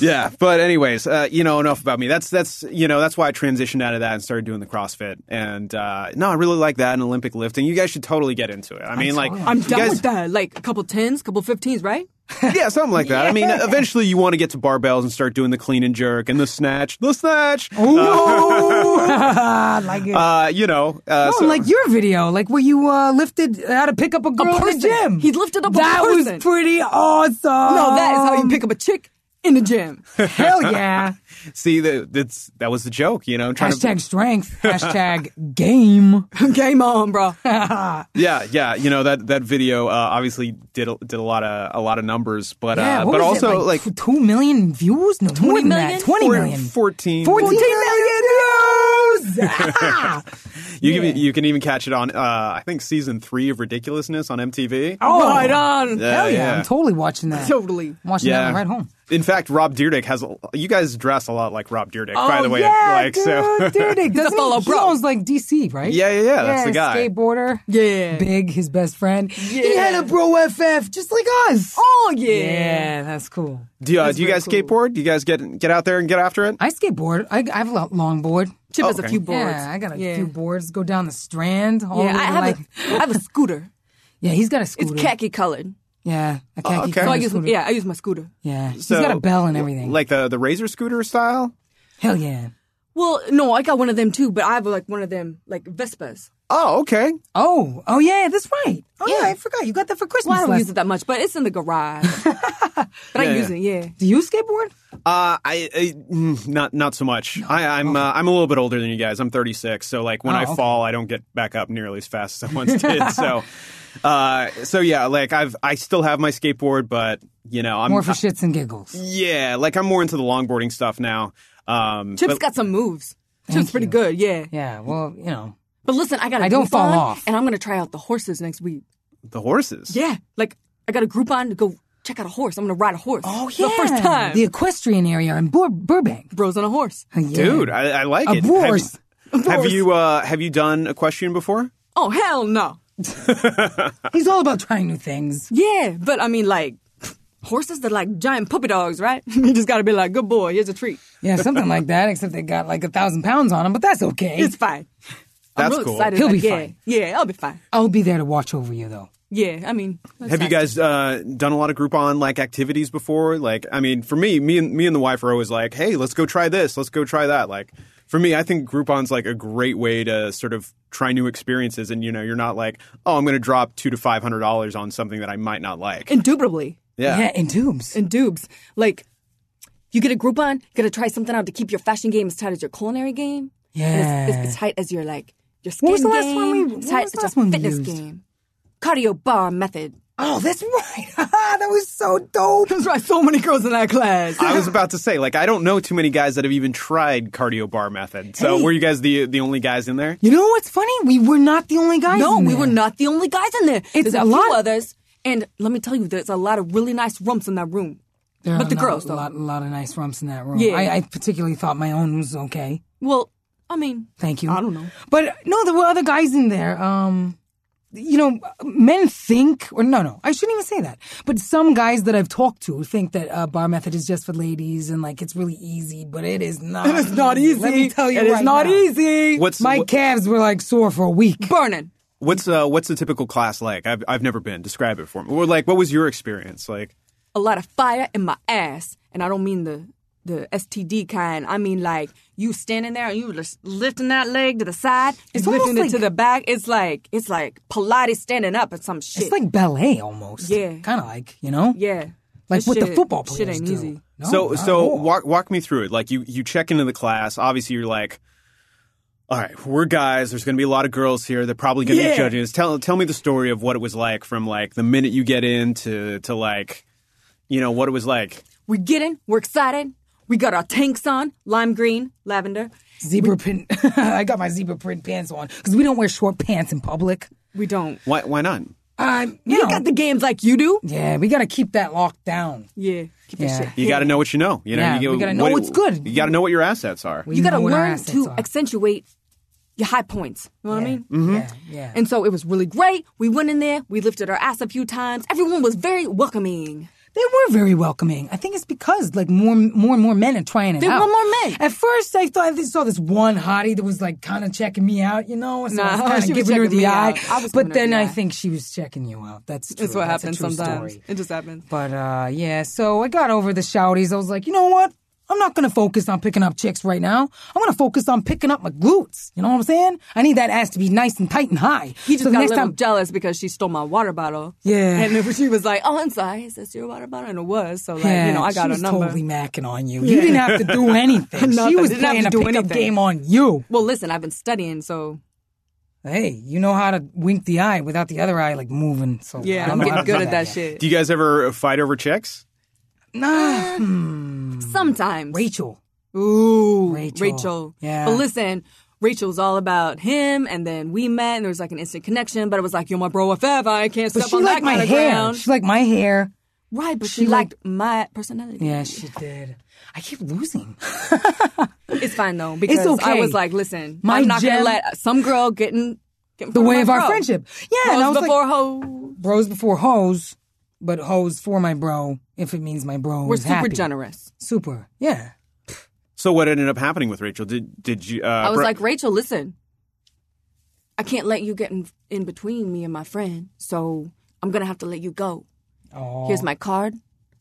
Speaker 1: Yeah, but anyways, uh, you know, enough about me. That's that's you know that's why I transitioned out of that and started doing the CrossFit. And uh, no, I really like that and Olympic lifting. You guys should totally get into it. I mean, like
Speaker 2: totally.
Speaker 3: I'm
Speaker 1: you
Speaker 3: done
Speaker 1: guys-
Speaker 3: with that. Like a couple tens, couple fifteens, right?
Speaker 1: yeah, something like that. I mean, eventually you want to get to barbells and start doing the clean and jerk and the snatch, the snatch.
Speaker 2: Oh. Ooh, I like it.
Speaker 1: Uh, you know, uh,
Speaker 2: oh,
Speaker 1: so-
Speaker 2: like your video, like where you uh, lifted how to pick up a girl in
Speaker 3: person.
Speaker 2: the gym.
Speaker 3: He lifted up a
Speaker 2: that
Speaker 3: person.
Speaker 2: was pretty awesome.
Speaker 3: no, that is how you pick up a chick in the gym.
Speaker 2: Hell yeah!
Speaker 1: see the, that's that was the joke. You know, trying to
Speaker 2: hashtag strength. Hashtag game.
Speaker 3: Game on, bro.
Speaker 1: Yeah, yeah, you know that that video uh, obviously did a, did a lot of a lot of numbers, but
Speaker 2: Yeah,
Speaker 1: uh,
Speaker 2: what
Speaker 1: but
Speaker 2: was it,
Speaker 1: also like,
Speaker 2: tw- two million views, no, more than that,
Speaker 3: million?
Speaker 2: twenty
Speaker 1: four-
Speaker 2: million,
Speaker 1: 14.
Speaker 2: 14 million views. Ah!
Speaker 1: You can you can even catch it on uh, I think season three of Ridiculousness on MTV.
Speaker 2: Oh,
Speaker 3: right on.
Speaker 2: Hell yeah.
Speaker 1: yeah.
Speaker 2: I'm totally watching that.
Speaker 3: Totally.
Speaker 2: I'm watching that right home.
Speaker 1: In fact, Rob Dyrdek has a, you guys dress a lot like Rob Dyrdek, by the way.
Speaker 2: Oh, yeah,
Speaker 1: like so,
Speaker 2: dude, dude, he doesn't
Speaker 3: fellow
Speaker 2: he,
Speaker 3: bro.
Speaker 2: owns like DC, right?
Speaker 1: Yeah, yeah, yeah, that's the guy.
Speaker 2: Skateboarder.
Speaker 3: Yeah.
Speaker 2: big, his best friend. He
Speaker 3: Yeah.
Speaker 2: had a bro FF, just like us.
Speaker 3: Oh yeah.
Speaker 2: Yeah, that's cool.
Speaker 1: do, you- uh,
Speaker 3: That's
Speaker 1: do you guys
Speaker 3: very cool.
Speaker 1: skateboard? Do you guys get get out there and get after it?
Speaker 2: I skateboard. I, I have a lo- longboard.
Speaker 3: Chip has
Speaker 1: Okay.
Speaker 3: a few boards.
Speaker 2: Yeah, I got a
Speaker 3: Yeah.
Speaker 2: few boards. Go down the strand. All
Speaker 3: Yeah,
Speaker 2: the
Speaker 3: I
Speaker 2: way to,
Speaker 3: have
Speaker 2: like,
Speaker 3: a I have a scooter.
Speaker 2: yeah, he's got a
Speaker 3: It's
Speaker 2: scooter.
Speaker 3: khaki colored.
Speaker 2: Yeah, a khaki
Speaker 1: okay.
Speaker 2: colored
Speaker 1: So
Speaker 3: I use
Speaker 2: scooter.
Speaker 3: yeah, I use my scooter.
Speaker 2: yeah. He's
Speaker 1: So,
Speaker 2: got a bell and everything.
Speaker 1: Like the the razor scooter style.
Speaker 2: Hell yeah.
Speaker 3: Well, no, I got one of them too, but I have like one of them like Vespas.
Speaker 1: Oh, okay.
Speaker 2: Oh, oh yeah, that's right. Oh yeah,
Speaker 3: Yeah.
Speaker 2: I forgot. You got that for Christmas.
Speaker 3: Well, I don't
Speaker 2: last-
Speaker 3: use it that much, but it's in the garage. but I use it, yeah.
Speaker 2: Do you skateboard?
Speaker 1: Uh, I, I mm, not not so much. I, I'm uh, I'm a little bit older than you guys. I'm 36, so like when
Speaker 2: Oh,
Speaker 1: I
Speaker 2: okay.
Speaker 1: fall, I don't get back up nearly as fast as I once did. so, uh, so yeah, like I've I still have my skateboard, but you know I'm
Speaker 2: More for shits and giggles.
Speaker 1: yeah, like I'm more into the longboarding stuff now. Um,
Speaker 3: Chip's
Speaker 1: but-
Speaker 3: got some moves. Chip's pretty good, yeah.
Speaker 2: Yeah, well, you know.
Speaker 3: But listen, I got a
Speaker 2: I don't
Speaker 3: Groupon,
Speaker 2: fall off.
Speaker 3: and I'm gonna try out the horses next week.
Speaker 1: the horses.
Speaker 3: Yeah, like I got a Groupon to go check out a horse. I'm gonna ride a horse.
Speaker 2: Oh
Speaker 3: For
Speaker 2: yeah.
Speaker 3: the first time.
Speaker 2: The equestrian area in Bur- Burbank.
Speaker 3: Bros on a horse.
Speaker 2: Yeah.
Speaker 1: dude, I, I like
Speaker 2: A
Speaker 1: it.
Speaker 2: horse.
Speaker 1: Have, have you uh, have you done equestrian before?
Speaker 3: Oh hell no.
Speaker 2: He's all about trying new things.
Speaker 3: Yeah, but I mean like horses they're like giant puppy dogs, right? you just gotta be like, good boy, here's a treat.
Speaker 2: Yeah, something like that, except they got like a thousand pounds on him, but that's okay.
Speaker 3: It's fine. I'm
Speaker 1: That's
Speaker 3: real
Speaker 1: cool.
Speaker 3: excited.
Speaker 2: He'll be
Speaker 3: like, yeah,
Speaker 2: fine.
Speaker 3: Yeah, I'll be fine.
Speaker 2: I'll be there to watch over you though.
Speaker 3: Yeah, I mean, that's
Speaker 1: Have you
Speaker 3: nice.
Speaker 1: guys uh, done a lot of Groupon like activities before? Like, I mean, for me, me and me and the wife are always like, "Hey, let's go try this. Let's go try that." Like, for me, I think Groupon's like a great way to sort of try new experiences, and you know, you're not like, "Oh, I'm going to drop two to five hundred dollars on something that I might not like."
Speaker 3: Indubitably.
Speaker 1: yeah.
Speaker 2: yeah in tubes.
Speaker 3: and dubes. Like, you get a Groupon, gotta try something out to keep your fashion game as tight as your culinary game. And it's,
Speaker 2: Yeah.
Speaker 3: it's, it's tight as your, like, your skin
Speaker 2: What was the last
Speaker 3: game.
Speaker 2: one we-
Speaker 3: it's
Speaker 2: what
Speaker 3: tight
Speaker 2: was
Speaker 3: as
Speaker 2: the last
Speaker 3: your
Speaker 2: one we
Speaker 3: fitness
Speaker 2: used?
Speaker 3: game. Cardio bar method.
Speaker 2: Oh, that's right. that was so dope.
Speaker 3: That's right, so many girls in that class.
Speaker 1: I was about to say, like, I don't know too many guys that have even tried cardio bar method. So,
Speaker 2: Hey.
Speaker 1: were you guys the the only guys in there?
Speaker 2: You know what's funny? We were not the only guys.
Speaker 3: no,
Speaker 2: in
Speaker 3: we
Speaker 2: there.
Speaker 3: were not the only guys in there.
Speaker 2: It's
Speaker 3: There's a,
Speaker 2: a
Speaker 3: few
Speaker 2: lot-
Speaker 3: others. And let me tell you, there's a lot of really nice rumps in that room.
Speaker 2: There
Speaker 3: but
Speaker 2: are
Speaker 3: the
Speaker 2: not
Speaker 3: girls,
Speaker 2: a
Speaker 3: though.
Speaker 2: lot, a lot of nice rumps in that room.
Speaker 3: Yeah.
Speaker 2: I, I particularly thought my own was okay.
Speaker 3: Well, I mean,
Speaker 2: Thank you.
Speaker 3: I don't know.
Speaker 2: But uh, no, there were other guys in there. Um, you know, men think, or no, no, I shouldn't even say that. But some guys that I've talked to think that uh, bar method is just for ladies and like it's really easy, but it is not. It
Speaker 3: is not easy.
Speaker 2: Let me tell you,
Speaker 3: It is
Speaker 2: right
Speaker 3: not
Speaker 2: now.
Speaker 3: easy.
Speaker 1: What's
Speaker 2: My
Speaker 1: what-
Speaker 2: calves were like sore for a week.
Speaker 3: burning.
Speaker 1: what's uh, what's the typical class like? I've I've never been. Describe it for me. Or like, what was your experience like?
Speaker 3: a lot of fire in my ass, and I don't mean the the STD kind. I mean like you standing there and you just lifting that leg to the side,
Speaker 2: It's
Speaker 3: you lifting
Speaker 2: almost
Speaker 3: it
Speaker 2: like-
Speaker 3: to the back. It's like it's like Pilates standing up or some shit.
Speaker 2: It's like ballet almost.
Speaker 3: Yeah.
Speaker 2: kind of like you know,
Speaker 3: yeah,
Speaker 2: like
Speaker 3: That
Speaker 2: what the
Speaker 3: shit-
Speaker 2: football players
Speaker 3: shit ain't
Speaker 2: do.
Speaker 3: easy.
Speaker 2: No,
Speaker 1: so
Speaker 2: not at
Speaker 1: so
Speaker 2: all.
Speaker 1: walk walk me through it. Like you you check into the class. Obviously you're like, all right, we're guys. There's going to be a lot of girls here. They're probably going to
Speaker 2: Yeah.
Speaker 1: be judging us. Tell tell me the story of what it was like from like the minute you get in to to like, you know, what it was like.
Speaker 3: We get in, we're excited. We got our tanks on, lime green, lavender.
Speaker 2: Zebra print. I got my zebra print pants on because we don't wear short pants in public.
Speaker 3: We don't.
Speaker 1: Why why not?
Speaker 2: Um, you
Speaker 3: You
Speaker 2: know,
Speaker 3: got the games like you do.
Speaker 2: yeah, we gotta keep that locked down.
Speaker 3: Yeah. Keep
Speaker 2: Yeah.
Speaker 3: that shit.
Speaker 1: You got to know what you know. You know,
Speaker 2: Yeah,
Speaker 1: you get-
Speaker 2: we gotta know
Speaker 1: what-
Speaker 2: what's good.
Speaker 1: You got to know what your assets are.
Speaker 2: We
Speaker 3: you got to
Speaker 2: know what our
Speaker 3: learn
Speaker 2: assets
Speaker 3: to
Speaker 2: are.
Speaker 3: accentuate your high points. You know what I mean?
Speaker 2: Yeah, yeah.
Speaker 3: And so it was really great. We went in there, we lifted our ass a few times. Everyone was very welcoming.
Speaker 2: They were very welcoming. I think it's because like more, more and more men are trying it
Speaker 3: There were
Speaker 2: out.
Speaker 3: more men.
Speaker 2: At first, I thought I saw this one hottie that was like kind of checking me out, you know. So I was
Speaker 3: Nah,
Speaker 2: kind
Speaker 3: she
Speaker 2: of
Speaker 3: was
Speaker 2: giving her
Speaker 3: checking
Speaker 2: the
Speaker 3: me
Speaker 2: eye.
Speaker 3: out. I was
Speaker 2: but
Speaker 3: giving her
Speaker 2: then
Speaker 3: the
Speaker 2: I
Speaker 3: eye.
Speaker 2: think she was checking you out. That's true.
Speaker 3: That's what
Speaker 2: That's a
Speaker 3: happens
Speaker 2: true
Speaker 3: sometimes.
Speaker 2: Story.
Speaker 3: It just happens.
Speaker 2: But uh, yeah, so I got over the shouties. I was like, you know what? I'm not gonna focus on picking up chicks right now. I'm gonna focus on picking up my glutes. You know what I'm saying? I need that ass to be nice and tight and high.
Speaker 3: He
Speaker 2: so the
Speaker 3: just got a
Speaker 2: next
Speaker 3: little
Speaker 2: time,
Speaker 3: jealous because she stole my water bottle.
Speaker 2: Yeah.
Speaker 3: And then she was like, oh, I'm sorry. Is this your water bottle? And it was. So, like, you know, I got
Speaker 2: she
Speaker 3: a
Speaker 2: was
Speaker 3: number.
Speaker 2: totally macking on you. You didn't have to do anything. she
Speaker 3: Nothing.
Speaker 2: was
Speaker 3: Didn't have
Speaker 2: playing
Speaker 3: to
Speaker 2: a
Speaker 3: do
Speaker 2: pickup
Speaker 3: anything.
Speaker 2: game on you.
Speaker 3: Well, listen, I've been studying, so
Speaker 2: Hey, you know how to wink the eye without the other eye like moving. So I
Speaker 3: yeah,
Speaker 2: don't
Speaker 3: I'm
Speaker 2: know how
Speaker 3: getting
Speaker 2: to do
Speaker 3: good at that
Speaker 2: yet.
Speaker 3: shit.
Speaker 1: Do you guys ever fight over chicks?
Speaker 2: Nah, Mm.
Speaker 3: Sometimes.
Speaker 2: Rachel.
Speaker 3: Ooh,
Speaker 2: Rachel.
Speaker 3: Rachel.
Speaker 2: Yeah.
Speaker 3: But listen, Rachel's all about him, and then we met, and there was like an instant connection. But it was like, you're my bro forever. I can't
Speaker 2: But
Speaker 3: step
Speaker 2: she
Speaker 3: on
Speaker 2: liked
Speaker 3: that
Speaker 2: my
Speaker 3: kind of
Speaker 2: hair.
Speaker 3: ground.
Speaker 2: She liked my hair.
Speaker 3: right, but
Speaker 2: she
Speaker 3: she, liked my personality.
Speaker 2: Yeah, she did. I keep losing.
Speaker 3: it's fine though because
Speaker 2: okay.
Speaker 3: I was like, listen,
Speaker 2: My
Speaker 3: I'm not
Speaker 2: gem-
Speaker 3: gonna let some girl get in, get in
Speaker 2: The
Speaker 3: front
Speaker 2: way
Speaker 3: my
Speaker 2: of our
Speaker 3: bro.
Speaker 2: friendship. Yeah, and I
Speaker 3: Bros
Speaker 2: was like-
Speaker 3: before hoe.
Speaker 2: Bros before hoes, but hoes for my bro if it means my bro
Speaker 3: We're
Speaker 2: is
Speaker 3: super
Speaker 2: happy.
Speaker 3: generous.
Speaker 2: Super. Yeah.
Speaker 1: So what ended up happening with Rachel? Did did you? Uh,
Speaker 3: I was like, Rachel, listen, I can't let you get in, in between me and my friend, so I'm gonna have to let you go.
Speaker 2: Oh.
Speaker 3: Here's my card.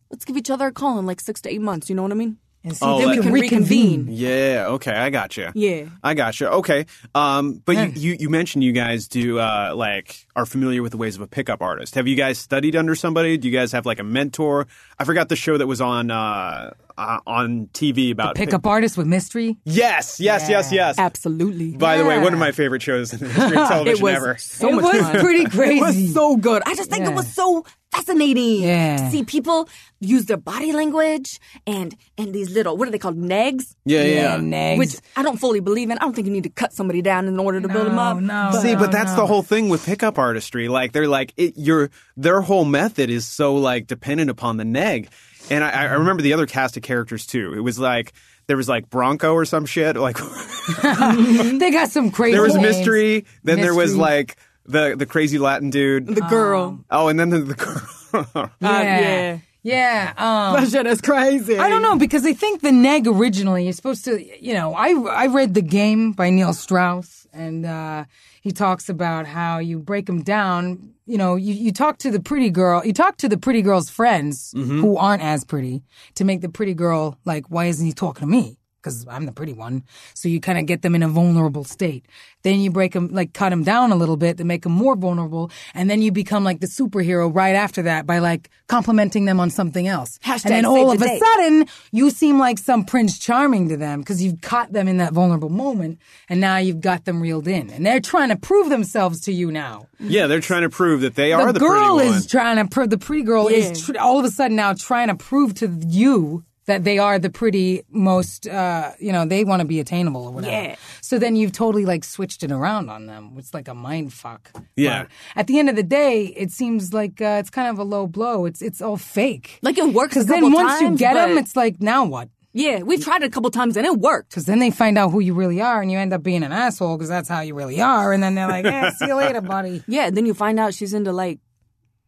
Speaker 3: Let's give each other a call in like six to eight months. You know what I mean?
Speaker 2: and see
Speaker 1: Oh,
Speaker 2: if
Speaker 1: that-
Speaker 2: we can
Speaker 3: Can
Speaker 2: reconvene.
Speaker 3: reconvene.
Speaker 1: yeah, okay, I got you.
Speaker 3: Yeah.
Speaker 1: I got you. Okay, um, but
Speaker 2: Man.
Speaker 1: you, you you mentioned you guys do uh, like are familiar with the ways of a pickup artist. Have you guys studied under somebody? Do you guys have like a mentor? I forgot the show that was on uh, uh, on TV about
Speaker 2: Pick up artists with mystery.
Speaker 1: Yes, yes, yes, yes.
Speaker 3: Absolutely.
Speaker 1: By the way, one of
Speaker 2: Yeah.
Speaker 1: my favorite shows in the history of television
Speaker 3: it was
Speaker 1: ever.
Speaker 3: so
Speaker 2: it
Speaker 3: much
Speaker 2: was
Speaker 3: fun.
Speaker 2: pretty
Speaker 3: It
Speaker 2: crazy.
Speaker 3: was so good. I just think
Speaker 2: Yeah.
Speaker 3: it was so fascinating
Speaker 2: Yeah.
Speaker 3: to see people use their body language and and these little what are they called negs,
Speaker 1: Yeah,
Speaker 2: yeah, negs.
Speaker 3: which I don't fully believe in. I don't think you need to cut somebody down in order to build them
Speaker 2: No,
Speaker 3: up.
Speaker 2: no.
Speaker 1: See, but that's
Speaker 2: Oh, no.
Speaker 1: the whole thing with pickup artistry. Like they're like it, your their whole method is so like dependent upon the neg. And I, I remember the other cast of characters too. It was like there was like Bronco or some shit. Like
Speaker 2: They got some crazy.
Speaker 1: there was
Speaker 2: names.
Speaker 1: mystery. Then there was
Speaker 2: Mystery.
Speaker 1: like the the crazy Latin dude.
Speaker 3: The girl, Uh,
Speaker 1: oh, and then the, the girl.
Speaker 2: Yeah.
Speaker 3: yeah.
Speaker 2: Yeah. Um,
Speaker 3: that shit is crazy.
Speaker 2: I don't know because I think the neg originally is supposed to, you know, I I read the game by Neil Strauss and uh, he talks about how you break them down. You know, you, you talk to the pretty girl, you talk to the pretty girl's friends who aren't as pretty to make the pretty girl like, why isn't he talking to me? Because I'm the pretty one. So you kind of get them in a vulnerable state. Then you break them, like cut them down a little bit to make them more vulnerable. And then you become like the superhero right after that by like complimenting them on something else.
Speaker 3: Hashtag
Speaker 2: and then
Speaker 3: save
Speaker 2: all
Speaker 3: the
Speaker 2: of a
Speaker 3: date.
Speaker 2: sudden, you seem like some Prince Charming to them because you've caught them in that vulnerable moment, and now you've got them reeled in, and they're trying to prove themselves to you now.
Speaker 1: Yeah, they're trying to prove that they are the
Speaker 2: girl
Speaker 1: pretty
Speaker 2: is
Speaker 1: one.
Speaker 2: trying to prove the pretty girl is tr- all of a sudden now trying to prove to you that they are the pretty most uh, you know they want to be attainable or whatever
Speaker 3: Yeah.
Speaker 2: so then you've totally like switched it around on them it's like a mind fuck
Speaker 1: Yeah.
Speaker 2: But at the end of the day it seems like uh, it's kind of a low blow it's it's all fake
Speaker 3: Like, it works a
Speaker 2: because then
Speaker 3: couple
Speaker 2: once you
Speaker 3: times,
Speaker 2: get them
Speaker 3: but-
Speaker 2: it's like now what
Speaker 3: Yeah, we've tried it a couple times and it worked.
Speaker 2: because then they find out who you really are and you end up being an asshole because that's how you really are and then they're like eh, see you later buddy
Speaker 3: Yeah, then you find out she's into like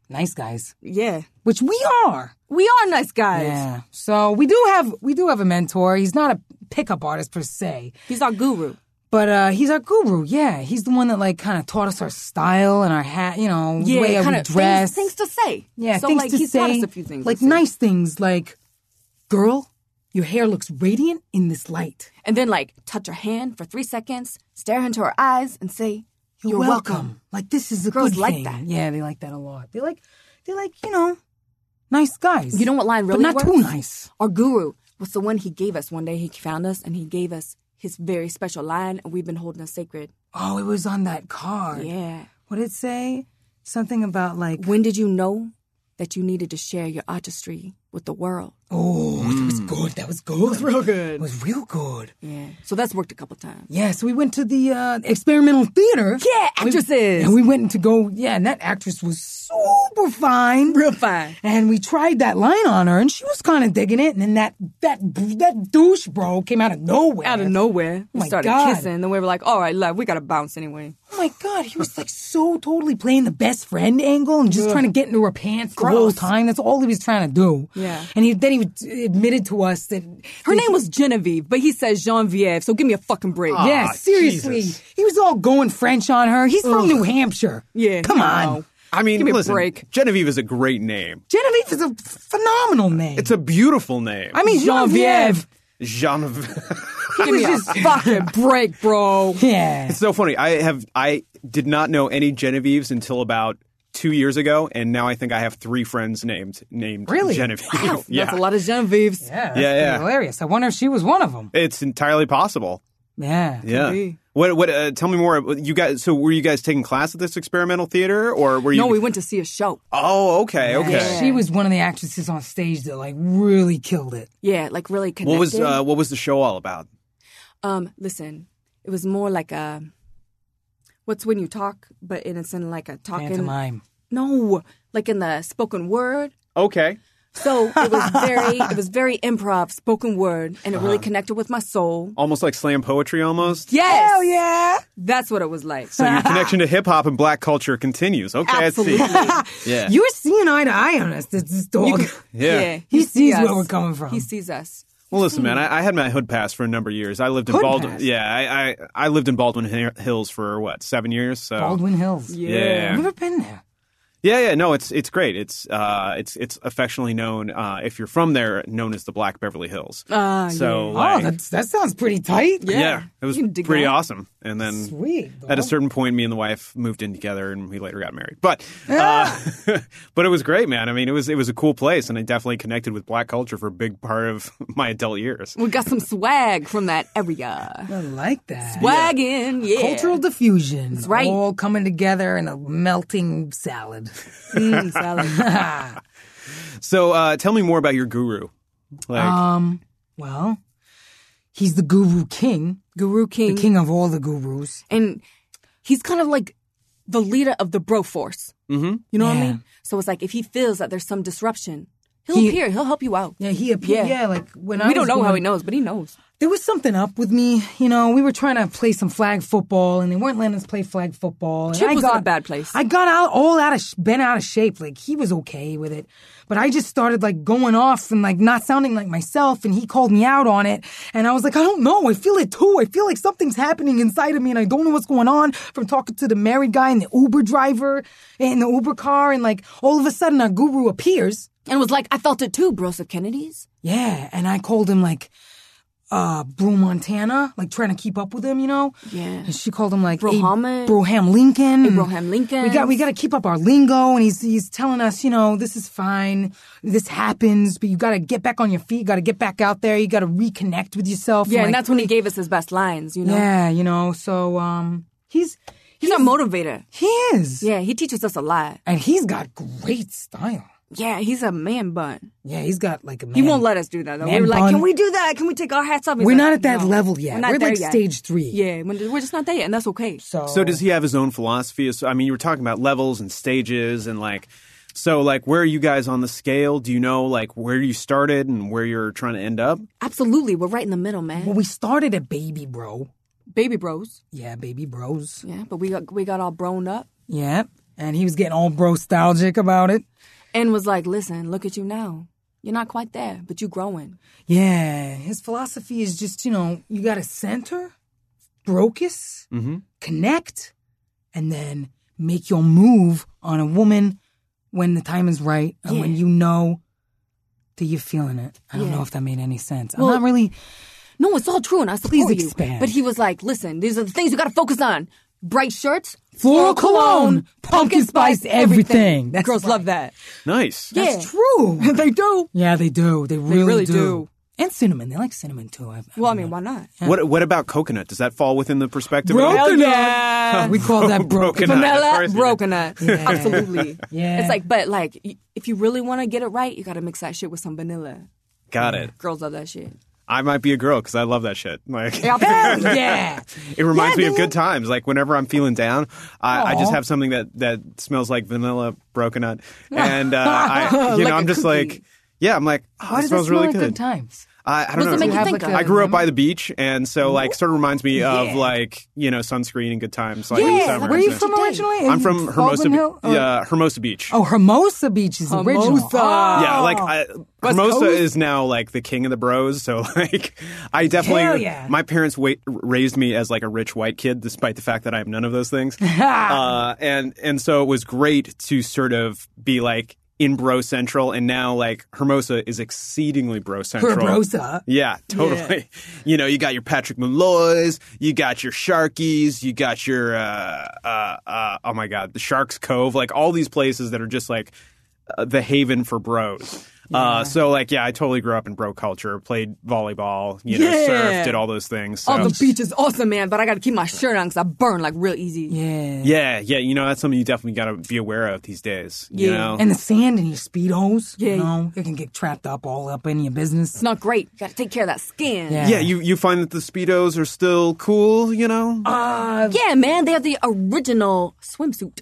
Speaker 2: nice guys
Speaker 3: yeah,
Speaker 2: which we are
Speaker 3: we are nice guys.
Speaker 2: Yeah. So we do have we do have a mentor. He's not a pickup artist per se,
Speaker 3: He's our guru.
Speaker 2: but uh, he's our guru. Yeah, he's the one that like kind of taught us our style and our hat. You know, the way that we
Speaker 3: kinda
Speaker 2: dress.
Speaker 3: Things, things to say.
Speaker 2: yeah,
Speaker 3: so
Speaker 2: things
Speaker 3: like
Speaker 2: to
Speaker 3: he's
Speaker 2: say.
Speaker 3: taught us a few things.
Speaker 2: like
Speaker 3: to say.
Speaker 2: nice things, like girl, your hair looks radiant in this light.
Speaker 3: and then like touch her hand for three seconds, stare into her eyes, and say, "You're, welcome.
Speaker 2: Like this is a
Speaker 3: Girls
Speaker 2: good
Speaker 3: like
Speaker 2: thing.
Speaker 3: that.
Speaker 2: Yeah, they like that a lot. They like they like you know nice guys.
Speaker 3: You know what line
Speaker 2: but
Speaker 3: really
Speaker 2: not
Speaker 3: works?
Speaker 2: too nice.
Speaker 3: Our guru was the one he gave us one day. He found us and he gave us his very special line, and we've been holding it sacred.
Speaker 2: Oh, it was on that card.
Speaker 3: Yeah.
Speaker 2: What did it say? Something about like
Speaker 3: When did you know that you needed to share your artistry with the world?
Speaker 2: oh, that was good. That was good. It was real
Speaker 1: good.
Speaker 2: It was real good.
Speaker 3: Yeah. So that's worked a couple times.
Speaker 2: Yeah, so we went to the uh, experimental theater.
Speaker 3: Yeah, actresses.
Speaker 2: and we went to go. Yeah, and that actress was super fine.
Speaker 3: Real fine.
Speaker 2: And we tried that line on her, and she was kind of digging it. And then that that that douche bro came out of nowhere.
Speaker 3: Out of nowhere, we
Speaker 2: my
Speaker 3: started
Speaker 2: God.
Speaker 3: kissing. Then we were like, "All right, love, we gotta bounce anyway."
Speaker 2: Oh my god, he was like so totally playing the best friend angle and just trying to get into her pants the whole
Speaker 3: Gross.
Speaker 2: time. That's all he was trying to do.
Speaker 3: Yeah.
Speaker 2: And he then he admitted to us that
Speaker 3: Her name was Genevieve, but he says Genevieve. So give me a fucking break.
Speaker 2: Yeah, seriously,
Speaker 1: Jesus.
Speaker 2: he was all going French on her. He's from New Hampshire.
Speaker 3: Yeah.
Speaker 2: come on.
Speaker 3: no.
Speaker 1: I mean,
Speaker 3: Give me a
Speaker 1: listen,
Speaker 3: break.
Speaker 1: Genevieve is a great name.
Speaker 2: Genevieve is a phenomenal name.
Speaker 1: It's a beautiful name.
Speaker 2: I mean, Genevieve.
Speaker 3: Genevieve.
Speaker 1: Genevieve.
Speaker 3: Give me a fucking break, bro.
Speaker 2: Yeah.
Speaker 1: It's so funny. I have I did not know any Genevieves until about two years ago, and now I think I have three friends named named
Speaker 2: Really?
Speaker 1: Genevieve.
Speaker 3: That's
Speaker 1: yeah,
Speaker 3: a lot of Genevieves.
Speaker 2: Yeah, that's
Speaker 1: Yeah, yeah.
Speaker 2: hilarious. I wonder if she was one of them.
Speaker 1: it's entirely possible.
Speaker 2: Yeah.
Speaker 1: Yeah.
Speaker 3: be.
Speaker 1: What? What? Uh, tell me more. You guys. So were you guys taking class at this experimental theater, or were you?
Speaker 3: No, we went to see a show.
Speaker 1: Oh, okay, okay.
Speaker 3: Yeah.
Speaker 2: She was one of the actresses on stage that like really killed it.
Speaker 3: Yeah, like really connected.
Speaker 1: What was uh, What was the show all about?
Speaker 3: Um, listen, it was more like a what's when you talk, but and it's in like a talking.
Speaker 2: Pantomime.
Speaker 3: No, like in the spoken word.
Speaker 1: Okay.
Speaker 3: So it was very, it was very improv, spoken word, and it really connected with my soul.
Speaker 1: Almost like slam poetry, almost.
Speaker 3: Yes,
Speaker 2: Hell yeah.
Speaker 3: that's what it was like.
Speaker 1: So your connection to hip hop and black culture continues. Okay,
Speaker 3: Absolutely,
Speaker 1: I see. Yeah.
Speaker 2: You're seeing eye to eye on us. This, this dog.
Speaker 1: Yeah.
Speaker 2: He
Speaker 3: you see
Speaker 2: sees where
Speaker 3: us.
Speaker 2: we're coming from.
Speaker 3: He sees us.
Speaker 1: Well, listen,
Speaker 3: Hmm.
Speaker 1: man. I, I had my hood pass for a number of years. I lived in
Speaker 2: Hood
Speaker 1: Baldwin.
Speaker 2: pass?
Speaker 1: Yeah, I, I I lived in Baldwin Hi- Hills for what seven years. So
Speaker 2: Baldwin Hills. I've
Speaker 1: Yeah.
Speaker 2: never been there.
Speaker 1: yeah, yeah. No, it's it's great. It's uh, it's it's affectionately known uh, if you're from there, known as the Black Beverly Hills.
Speaker 3: Ah, Oh,
Speaker 1: so
Speaker 2: Oh,
Speaker 1: like,
Speaker 2: that's, that sounds pretty tight.
Speaker 1: yeah.
Speaker 3: yeah.
Speaker 1: it was
Speaker 3: You can dig
Speaker 1: pretty
Speaker 3: that.
Speaker 1: awesome. And then
Speaker 2: Sweet. dog.
Speaker 1: at a certain point, me and the wife moved in together, and we later got married. But
Speaker 3: Ah.
Speaker 1: uh, but it was great, man. I mean, it was it was a cool place, and I definitely connected with black culture for a big part of my adult years.
Speaker 3: We got some swag from that area.
Speaker 2: I like that.
Speaker 3: Wagon, yeah.
Speaker 2: Cultural diffusion. That's
Speaker 3: right.
Speaker 2: All coming together in a melting salad.
Speaker 3: Mm, salad.
Speaker 1: So uh, tell me more about your guru. Like,
Speaker 2: Um, well, he's the guru king,
Speaker 3: Guru King.
Speaker 2: the king of all the gurus.
Speaker 3: and he's kind of like the leader of the bro force. Mm-hmm. You know what I
Speaker 2: Yeah.
Speaker 3: mean? So it's like if he feels that there's some disruption, he'll
Speaker 2: He-
Speaker 3: appear. He'll help you out.
Speaker 2: Yeah, he appeared. Yeah.
Speaker 3: Yeah.
Speaker 2: like when I
Speaker 3: we don't
Speaker 2: was
Speaker 3: know how
Speaker 2: going-
Speaker 3: he knows, but he knows.
Speaker 2: there was something up with me. You know, we were trying to play some flag football, and they weren't letting us play flag football. and
Speaker 3: Chip
Speaker 2: I
Speaker 3: was in a
Speaker 2: got,
Speaker 3: bad place.
Speaker 2: I got out all out of sh- been out of shape. Like he was okay with it, but I just started like going off and like not sounding like myself. And he called me out on it, and I was like, I don't know. I feel it too. I feel like something's happening inside of me, and I don't know what's going on. From talking to the married guy and the Uber driver and the Uber car, and like all of a sudden our guru appears.
Speaker 3: And was like, I felt it too, bros of Kennedy's.
Speaker 2: Yeah, and I called him like uh Bro Montana, like trying to keep up with him, you know?
Speaker 3: Yeah.
Speaker 2: And she called him like
Speaker 3: Bro
Speaker 2: "Hey,
Speaker 3: Hamid."
Speaker 2: Broham Lincoln. and
Speaker 3: Broham Lincoln.
Speaker 2: We got we gotta keep up our lingo and he's he's telling us, you know, this is fine, this happens, but you gotta get back on your feet, you gotta get back out there, you gotta reconnect with yourself.
Speaker 3: Yeah,
Speaker 2: I'm
Speaker 3: and
Speaker 2: like,
Speaker 3: that's when he gave us his best lines, you know?
Speaker 2: Yeah, you know, so um he's
Speaker 3: He's, a motivator.
Speaker 2: he is.
Speaker 3: Yeah, he teaches us a lot.
Speaker 2: And he's got great style.
Speaker 3: Yeah, he's a man bun.
Speaker 2: Yeah, he's got like a man.
Speaker 3: He won't let us do that, though.
Speaker 2: Man
Speaker 3: we were like,
Speaker 2: bun.
Speaker 3: can we do that? Can we take our hats off? He's
Speaker 2: We're
Speaker 3: like,
Speaker 2: not at that
Speaker 3: "No,
Speaker 2: level yet.
Speaker 3: We're, not there
Speaker 2: like
Speaker 3: yet."
Speaker 2: stage three.
Speaker 3: Yeah, when- we're just not there yet, and that's okay.
Speaker 2: So
Speaker 1: So does he have his own philosophy? So, I mean, you were talking about levels and stages and like so like where are you guys on the scale? Do you know like where you started and where you're trying to end up?
Speaker 3: Absolutely, we're right in the middle, man.
Speaker 2: Well, we started at Baby Bro.
Speaker 3: Baby bros.
Speaker 2: Yeah, Baby Bros.
Speaker 3: Yeah, but we got we got all grown up
Speaker 2: Yeah. And he was getting all brostalgic about it.
Speaker 3: and was like, "Listen, look at you now. You're not quite there, but you're growing."
Speaker 2: Yeah. His philosophy is just, you know, you got to center, brocus,
Speaker 3: Mm-hmm.
Speaker 2: connect, and then make your move on a woman when the time is right and when
Speaker 3: Yeah.
Speaker 2: you know that you're feeling it. I don't
Speaker 3: Yeah.
Speaker 2: know if that made any sense.
Speaker 3: Well-
Speaker 2: I'm not really.
Speaker 3: No, it's all true, and I support
Speaker 2: Please
Speaker 3: you.
Speaker 2: expand.
Speaker 3: But he was like, "Listen, these are the things you got to focus on: bright shirts,
Speaker 2: Floral cologne, pumpkin spice, everything. That's
Speaker 3: Girls
Speaker 2: right.
Speaker 3: love that.
Speaker 1: Nice.
Speaker 3: Yeah.
Speaker 2: It's true.
Speaker 3: they do.
Speaker 2: yeah, they do. They really,
Speaker 3: really
Speaker 2: do.
Speaker 3: do.
Speaker 2: and cinnamon. They like cinnamon too. I, I
Speaker 3: Well, I
Speaker 2: don't
Speaker 3: mean, why not?
Speaker 1: What what about coconut? Does that fall within the perspective?
Speaker 2: know.
Speaker 1: of
Speaker 3: Hell
Speaker 2: Broken up.
Speaker 3: yeah.
Speaker 2: We call that broken.
Speaker 1: Broken up. Of
Speaker 3: Vanilla
Speaker 1: course you
Speaker 3: broken up.
Speaker 2: Yeah.
Speaker 3: Absolutely.
Speaker 2: Yeah.
Speaker 3: It's like, but like, y- if you really want to get it right, you got to mix that shit with some vanilla.
Speaker 1: Got it.
Speaker 3: Girls love that shit.
Speaker 1: I might be a girl because I love that shit. Like
Speaker 2: Hell yeah.
Speaker 1: it reminds
Speaker 3: Yeah,
Speaker 1: me of
Speaker 3: dude.
Speaker 1: good times. Like whenever I'm feeling down, I, I just
Speaker 2: Aw.
Speaker 1: have something that that smells like vanilla broken nut, and uh, I, you
Speaker 3: Like
Speaker 1: know,
Speaker 3: a
Speaker 1: I'm just
Speaker 3: cookie.
Speaker 1: like, yeah, I'm like, oh,
Speaker 2: Why
Speaker 1: it
Speaker 2: does
Speaker 1: smells
Speaker 2: it smell
Speaker 1: really
Speaker 2: like
Speaker 1: good.
Speaker 2: good times?
Speaker 1: I, I
Speaker 3: Does
Speaker 1: don't
Speaker 3: it
Speaker 1: know.
Speaker 3: make you
Speaker 2: Have
Speaker 3: think
Speaker 2: a
Speaker 3: of?
Speaker 2: good-
Speaker 1: I grew up by the beach, and so like sort of reminds me of
Speaker 2: Yeah.
Speaker 1: like you know sunscreen and good times. Like, in the
Speaker 2: Yeah.
Speaker 1: summer.
Speaker 2: Where are you
Speaker 1: So-
Speaker 2: from
Speaker 3: Today.
Speaker 2: originally?
Speaker 1: I'm from Hermosa.
Speaker 2: Baldwin
Speaker 1: Be-
Speaker 2: Hill? Or-
Speaker 1: yeah, Hermosa Beach.
Speaker 2: Oh, Hermosa Beach is original.
Speaker 3: Hermosa.
Speaker 2: Oh.
Speaker 1: Yeah, like I, Hermosa
Speaker 2: Coast?
Speaker 1: is now like the king of the bros. So like, I definitely
Speaker 2: Hell yeah.
Speaker 1: my parents wa- raised me as like a rich white kid, despite the fact that I am none of those things. uh, and and so it was great to sort of be like in bro central, and now like Hermosa is exceedingly bro central.
Speaker 2: Hermosa.
Speaker 1: Yeah, totally. You know, you got your Patrick Malloys, you got your Sharkies, you got your uh, uh, uh, oh my god, the Sharks Cove, like all these places that are just like uh, the haven for bros. Uh, so like, yeah, I totally grew up in bro culture. Played volleyball, you know,
Speaker 3: Yeah.
Speaker 1: surfed, did all those things. So.
Speaker 3: Oh, the beach is awesome, man. But I got to keep my shirt on because I burn like real easy.
Speaker 2: Yeah.
Speaker 1: yeah, yeah, you know, that's something you definitely got to be aware of these days. You
Speaker 3: Yeah.
Speaker 1: know,
Speaker 2: And the sand in your speedos,
Speaker 3: Yeah.
Speaker 2: you know, it can get trapped up all up in your business.
Speaker 3: It's not great. Got to take care of that skin.
Speaker 2: Yeah.
Speaker 1: yeah, you you find that the speedos are still cool. You know,
Speaker 3: Yeah, man. They have the original swimsuit.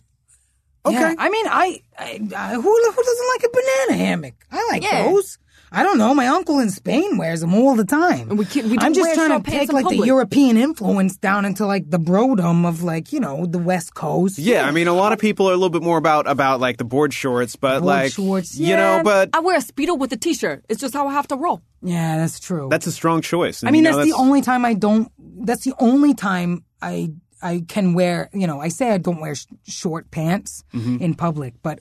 Speaker 1: okay.
Speaker 2: Yeah, I mean, I, I, I who, who doesn't like a banana hammock? I like
Speaker 3: Yeah.
Speaker 2: those. I don't know. My uncle in Spain wears them all the time.
Speaker 3: And we can't- we
Speaker 2: I'm
Speaker 3: don't
Speaker 2: just
Speaker 3: wear
Speaker 2: trying
Speaker 3: short
Speaker 2: to
Speaker 3: pants
Speaker 2: take
Speaker 3: in
Speaker 2: like the
Speaker 3: public.
Speaker 2: European influence down into like the brodom of like you know the West Coast.
Speaker 1: Yeah, I mean, a lot of people are a little bit more about about like the board shorts, but
Speaker 2: Board
Speaker 1: like
Speaker 2: shorts,
Speaker 1: you know,
Speaker 3: Man,
Speaker 1: but
Speaker 3: I wear a speedo with a t-shirt. It's just how I have to roll.
Speaker 2: yeah, that's true.
Speaker 1: that's a strong choice. And,
Speaker 2: I mean,
Speaker 1: you know,
Speaker 2: that's, the only time I don't. That's the only time I I can wear. You know, I say I don't wear sh- short pants
Speaker 1: Mm-hmm.
Speaker 2: in public, but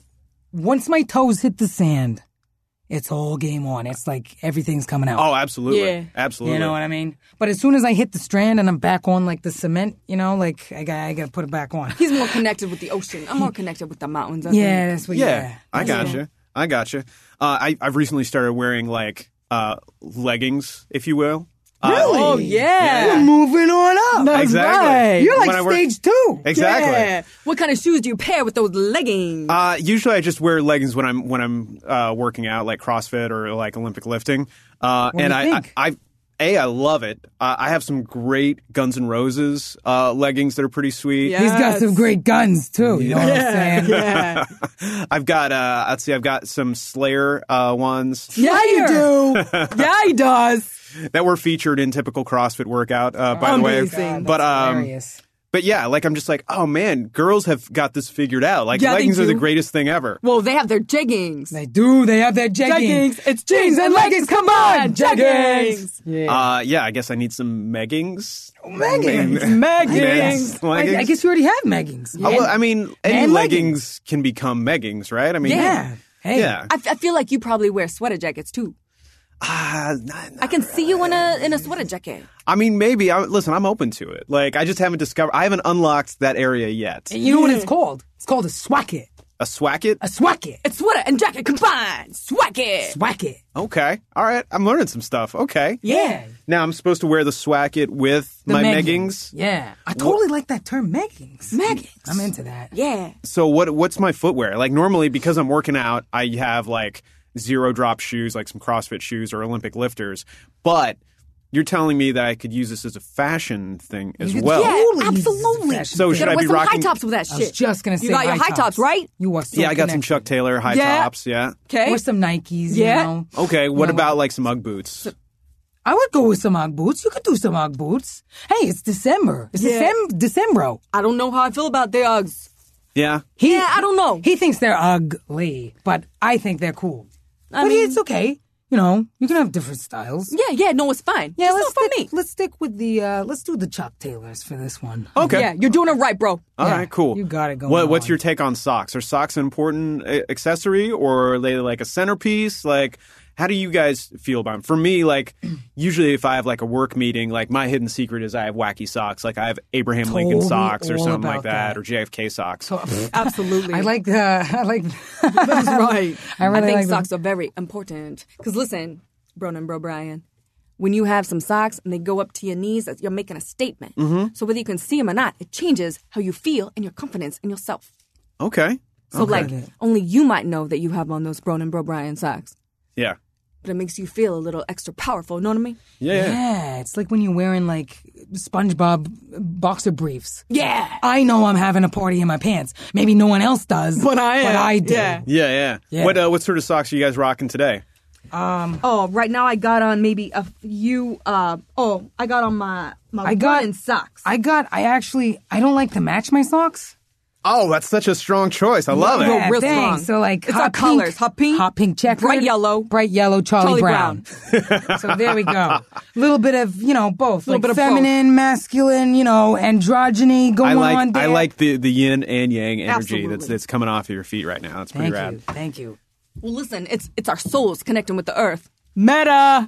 Speaker 2: once my toes hit the sand, it's all game on. It's like everything's coming out.
Speaker 1: Oh, absolutely,
Speaker 3: Yeah.
Speaker 1: absolutely.
Speaker 2: You know what I mean? But as soon as I hit the strand and I'm back on like the cement, you know, like I got I got to put it back on.
Speaker 3: He's more connected with the ocean. I'm more connected with the mountains. I
Speaker 2: yeah,
Speaker 3: think.
Speaker 2: that's what.
Speaker 1: yeah,
Speaker 2: Yeah,
Speaker 1: I gotcha. I gotcha. Uh, I I've recently started wearing like uh, leggings, if you will. Uh, Really?
Speaker 3: Oh yeah.
Speaker 2: moving on up. That's
Speaker 1: Exactly.
Speaker 2: right. You're like
Speaker 1: When I work-
Speaker 2: stage two.
Speaker 1: exactly.
Speaker 3: Yeah. What kind of shoes do you pair with those leggings?
Speaker 1: Uh, usually, I just wear leggings when I'm when I'm uh, working out, like CrossFit or like Olympic lifting. Uh,
Speaker 2: do
Speaker 1: and
Speaker 2: you
Speaker 1: I,
Speaker 2: think?
Speaker 1: I, I, a, I love it. Uh, I have some great Guns N' Roses uh, leggings that are pretty sweet.
Speaker 3: Yeah.
Speaker 2: He's got some
Speaker 3: Yes.
Speaker 2: great guns too. You know what I'm saying?
Speaker 3: yeah.
Speaker 1: I've got uh let's see, I've got some Slayer uh ones
Speaker 3: Yeah, you do. yeah, he does.
Speaker 1: that were featured in typical CrossFit workout, uh by the way.
Speaker 3: Amazing.
Speaker 1: but um
Speaker 2: hilarious.
Speaker 1: but yeah, like I'm just like, oh man, girls have got this figured out. Like
Speaker 3: Yeah, they
Speaker 1: leggings are the
Speaker 3: do.
Speaker 1: greatest thing ever.
Speaker 3: Well, they have their jeggings.
Speaker 2: They do. They have their jeggings.
Speaker 3: Jeggings. It's jeans and leggings. Come on, jeggings.
Speaker 1: Uh yeah, I guess I need some meggings.
Speaker 2: Meggings.
Speaker 1: Meggings.
Speaker 2: I,
Speaker 1: Leggings.
Speaker 2: I guess you already have meggings.
Speaker 1: Oh, well, I mean, any leggings.
Speaker 2: And leggings.
Speaker 1: can become meggings, right? I mean,
Speaker 2: Yeah. Hey.
Speaker 1: yeah.
Speaker 3: I, f- I feel like you probably wear sweater jackets too.
Speaker 1: Ah, nah, nah.
Speaker 3: I can see you in a in a sweater jacket.
Speaker 1: I mean, maybe. I, listen, I'm open to it. Like, I just haven't discovered. I haven't unlocked that area yet.
Speaker 2: You know what it's called? It's called a swacket.
Speaker 1: A swacket.
Speaker 2: A swacket.
Speaker 3: It's sweater and jacket combined. Swag it.
Speaker 2: Swacket.
Speaker 1: Okay. All right. I'm learning some stuff. Okay.
Speaker 2: Yeah.
Speaker 1: Now I'm supposed to wear the swacket with
Speaker 2: The
Speaker 1: my meggings.
Speaker 2: meggings. Yeah. I totally like that term, meggings.
Speaker 3: Meggings.
Speaker 2: I'm into that.
Speaker 3: Yeah.
Speaker 1: So what what's my footwear? Like normally because I'm working out, I have like zero drop shoes, like some CrossFit shoes or Olympic lifters. But you're telling me that I could use this as a fashion thing as well.
Speaker 3: Yeah,
Speaker 2: Totally uses
Speaker 3: absolutely.
Speaker 2: fashion
Speaker 1: So
Speaker 2: thing.
Speaker 1: should
Speaker 3: Gotta
Speaker 1: I
Speaker 3: wear
Speaker 1: be
Speaker 3: some
Speaker 1: rocking-
Speaker 3: high tops with that
Speaker 2: I
Speaker 3: shit.
Speaker 2: was just gonna say
Speaker 3: you got your high tops, right?
Speaker 2: You are so
Speaker 1: Yeah, I got some
Speaker 2: connected.
Speaker 1: Chuck Taylor high
Speaker 3: Yeah.
Speaker 1: tops, yeah.
Speaker 3: Okay.
Speaker 2: Or some Nikes,
Speaker 3: Yeah.
Speaker 2: you know.
Speaker 1: Okay, what
Speaker 2: Yeah.
Speaker 1: about like some Ugg boots?
Speaker 2: I would go with some Ugg boots. You could do some Ugg boots. Hey, it's December. It's
Speaker 3: Yeah.
Speaker 2: Decem- December.
Speaker 3: I don't know how I feel about the Uggs.
Speaker 1: Yeah.
Speaker 2: He,
Speaker 3: Yeah, I don't know.
Speaker 2: He thinks they're ugly, but I think they're cool.
Speaker 3: I
Speaker 2: but
Speaker 3: mean-
Speaker 2: it's okay. You know, you can have different styles.
Speaker 3: Yeah, yeah, no, it's fine.
Speaker 2: Yeah,
Speaker 3: Just
Speaker 2: let's
Speaker 3: not for
Speaker 2: stick,
Speaker 3: me.
Speaker 2: let's stick with the uh let's do the Chuck Taylors for this one.
Speaker 1: Okay.
Speaker 3: Yeah, you're doing it right, bro.
Speaker 1: All
Speaker 2: Yeah,
Speaker 1: right, cool.
Speaker 2: you got it going
Speaker 1: What, what's
Speaker 2: on.
Speaker 1: your take on socks? Are socks an important uh, accessory, or are they like a centerpiece? Like, how do you guys feel about them? For me, like, usually if I have like a work meeting, like my hidden secret is I have wacky socks. Like I have Abraham
Speaker 2: Told
Speaker 1: Lincoln
Speaker 2: me
Speaker 1: socks or
Speaker 2: all
Speaker 1: something
Speaker 2: about
Speaker 1: like that,
Speaker 2: that.
Speaker 1: or JFK socks.
Speaker 2: So, uh,
Speaker 3: Absolutely.
Speaker 2: I like the I like That's
Speaker 3: right.
Speaker 2: I really
Speaker 3: think
Speaker 2: like them.
Speaker 3: socks are very important. Because listen, Bronan, bro Brian, when you have some socks and they go up to your knees, that's- you're making a statement.
Speaker 2: Mm-hmm.
Speaker 3: So whether you can see them or not, it changes how you feel and your confidence in yourself.
Speaker 1: Okay.
Speaker 3: So like, only you might know that you have on those Bronin Bro Brian socks,
Speaker 1: Yeah.
Speaker 3: but it makes you feel a little extra powerful. Know what I mean?
Speaker 1: Yeah.
Speaker 2: Yeah.
Speaker 1: yeah.
Speaker 2: it's like when you're wearing like SpongeBob boxer briefs.
Speaker 3: Yeah.
Speaker 2: I know I'm having a party in my pants. Maybe no one else does,
Speaker 3: But I
Speaker 2: But
Speaker 3: am.
Speaker 2: I do.
Speaker 3: Yeah.
Speaker 1: Yeah, yeah.
Speaker 2: Yeah.
Speaker 1: What uh, what sort of socks are you guys rocking today?
Speaker 3: Oh, right now I got on maybe a few. Uh, oh, I got on my my
Speaker 2: I got-
Speaker 3: Brian socks.
Speaker 2: I got. I actually. I don't like to match my socks.
Speaker 1: Oh, that's such a strong choice. I love
Speaker 3: Yeah.
Speaker 1: it.
Speaker 3: real
Speaker 2: dang.
Speaker 3: strong.
Speaker 2: So like
Speaker 3: It's
Speaker 2: hot
Speaker 3: our
Speaker 2: pink,
Speaker 3: colors. Hot pink,
Speaker 2: hot pink check,
Speaker 3: bright yellow,
Speaker 2: bright yellow, Charlie,
Speaker 3: Charlie
Speaker 2: Brown. so there we go. Little bit of you know both,
Speaker 3: Little
Speaker 2: like
Speaker 3: bit of
Speaker 2: feminine, masculine, you know, androgyny going
Speaker 1: I
Speaker 2: on.
Speaker 1: like
Speaker 2: There.
Speaker 1: I like the, the yin and yang energy that's
Speaker 3: Absolutely.
Speaker 1: that's coming off of your feet right now. That's pretty
Speaker 2: Thank
Speaker 1: rad.
Speaker 2: you. Thank you.
Speaker 3: Well, listen, it's it's our souls connecting with the earth.
Speaker 2: Meta.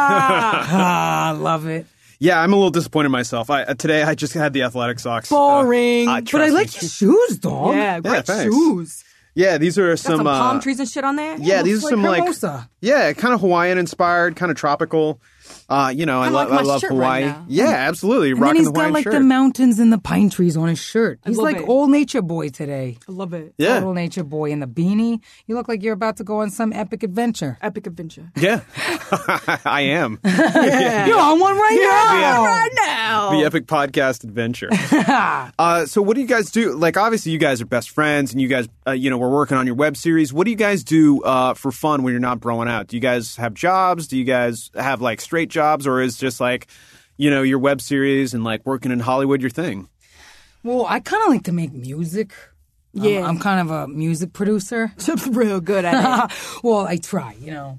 Speaker 2: I love
Speaker 1: Uh,
Speaker 2: it.
Speaker 1: Yeah, I'm a little disappointed in myself. I, uh, today I just had the athletic socks. Uh,
Speaker 2: Boring.
Speaker 1: uh,
Speaker 2: but I
Speaker 1: trust
Speaker 2: like
Speaker 1: me.
Speaker 2: your shoes, dog.
Speaker 1: great thanks. shoes. Yeah, these are
Speaker 3: Got some,
Speaker 1: some, uh,
Speaker 3: palm trees and shit on there.
Speaker 1: Yeah, these are
Speaker 2: like
Speaker 1: some like
Speaker 2: mimosa.
Speaker 1: yeah, kind of Hawaiian inspired, kind of tropical. Uh, you know, I,
Speaker 3: Kinda
Speaker 1: love
Speaker 3: like
Speaker 1: I
Speaker 3: my
Speaker 1: love
Speaker 3: shirt
Speaker 1: Hawaii.
Speaker 3: right now.
Speaker 1: yeah, absolutely.
Speaker 2: And then
Speaker 1: Rocking
Speaker 2: he's
Speaker 1: the
Speaker 2: got
Speaker 1: Hawaiian
Speaker 2: like
Speaker 1: shirt.
Speaker 2: the mountains and the pine trees on his shirt. He's
Speaker 3: love
Speaker 2: like
Speaker 3: it.
Speaker 2: old nature boy today.
Speaker 3: I love it.
Speaker 1: Yeah.
Speaker 2: Total nature boy in the beanie. You look like you're about to go on some epic adventure.
Speaker 3: Epic adventure.
Speaker 1: yeah, I am
Speaker 2: You're on one right now.
Speaker 3: Right now.
Speaker 1: the epic podcast adventure. uh, so, what do you guys do? Like, obviously, you guys are best friends, and you guys, uh, you know, we're working on your web series. What do you guys do uh, for fun when you're not growing out? Do you guys have jobs? Do you guys have like straight jobs, or is just like, you know, your web series and like working in Hollywood your thing?
Speaker 2: Well, I kind of like to make music. I'm-
Speaker 3: Yeah.
Speaker 2: I'm, kind of a music producer.
Speaker 3: real good at it.
Speaker 2: well, I try, you know.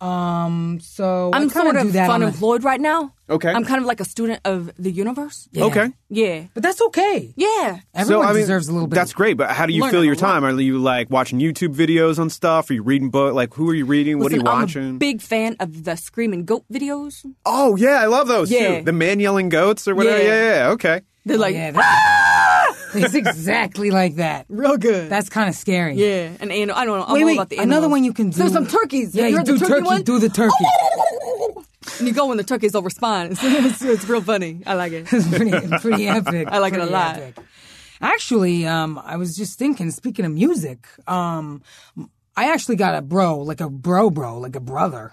Speaker 2: Um, so I
Speaker 3: I'm
Speaker 2: kinda
Speaker 3: sort
Speaker 2: do
Speaker 3: of
Speaker 2: that on the-
Speaker 3: unemployed right now.
Speaker 1: Okay.
Speaker 3: I'm kind of like a student of the universe.
Speaker 2: Yeah.
Speaker 1: Okay.
Speaker 3: Yeah.
Speaker 2: but that's okay.
Speaker 3: Yeah.
Speaker 2: Everyone
Speaker 1: so, I mean,
Speaker 2: deserves a little bit.
Speaker 1: That's great, but how do you
Speaker 3: Learn
Speaker 1: fill
Speaker 3: a
Speaker 1: your
Speaker 3: lot.
Speaker 1: time? Are you like watching YouTube videos on stuff? Are you reading book? Like, who are you reading? what are you
Speaker 3: Listen, I'm a
Speaker 1: watching?
Speaker 3: big fan of the screaming goat videos.
Speaker 1: oh yeah, I love those
Speaker 3: Yeah.
Speaker 1: too. The man yelling goats or whatever.
Speaker 3: Yeah.
Speaker 1: Yeah, yeah, yeah. okay.
Speaker 3: They're like
Speaker 2: Yeah, that's- "Ah!" it's exactly like that.
Speaker 3: real good.
Speaker 2: That's kind of scary.
Speaker 3: yeah. An animal. I don't know. I'm
Speaker 2: Wait,
Speaker 3: all
Speaker 2: wait.
Speaker 3: about the animals.
Speaker 2: Another one you can do.
Speaker 3: There's some turkeys.
Speaker 2: Yeah,
Speaker 3: You
Speaker 2: you,
Speaker 3: heard
Speaker 2: do
Speaker 3: the turkey
Speaker 2: turkey.
Speaker 3: one? Oh
Speaker 2: Do the turkey.
Speaker 3: And you go when the turkeys will respond. It's, it's real funny. I like it.
Speaker 2: it's pretty, pretty epic.
Speaker 3: I like it a
Speaker 2: pretty
Speaker 3: lot.
Speaker 2: epic. Actually, um, I was just thinking. Speaking of music, um, I actually got a bro, like a bro, bro, like a brother,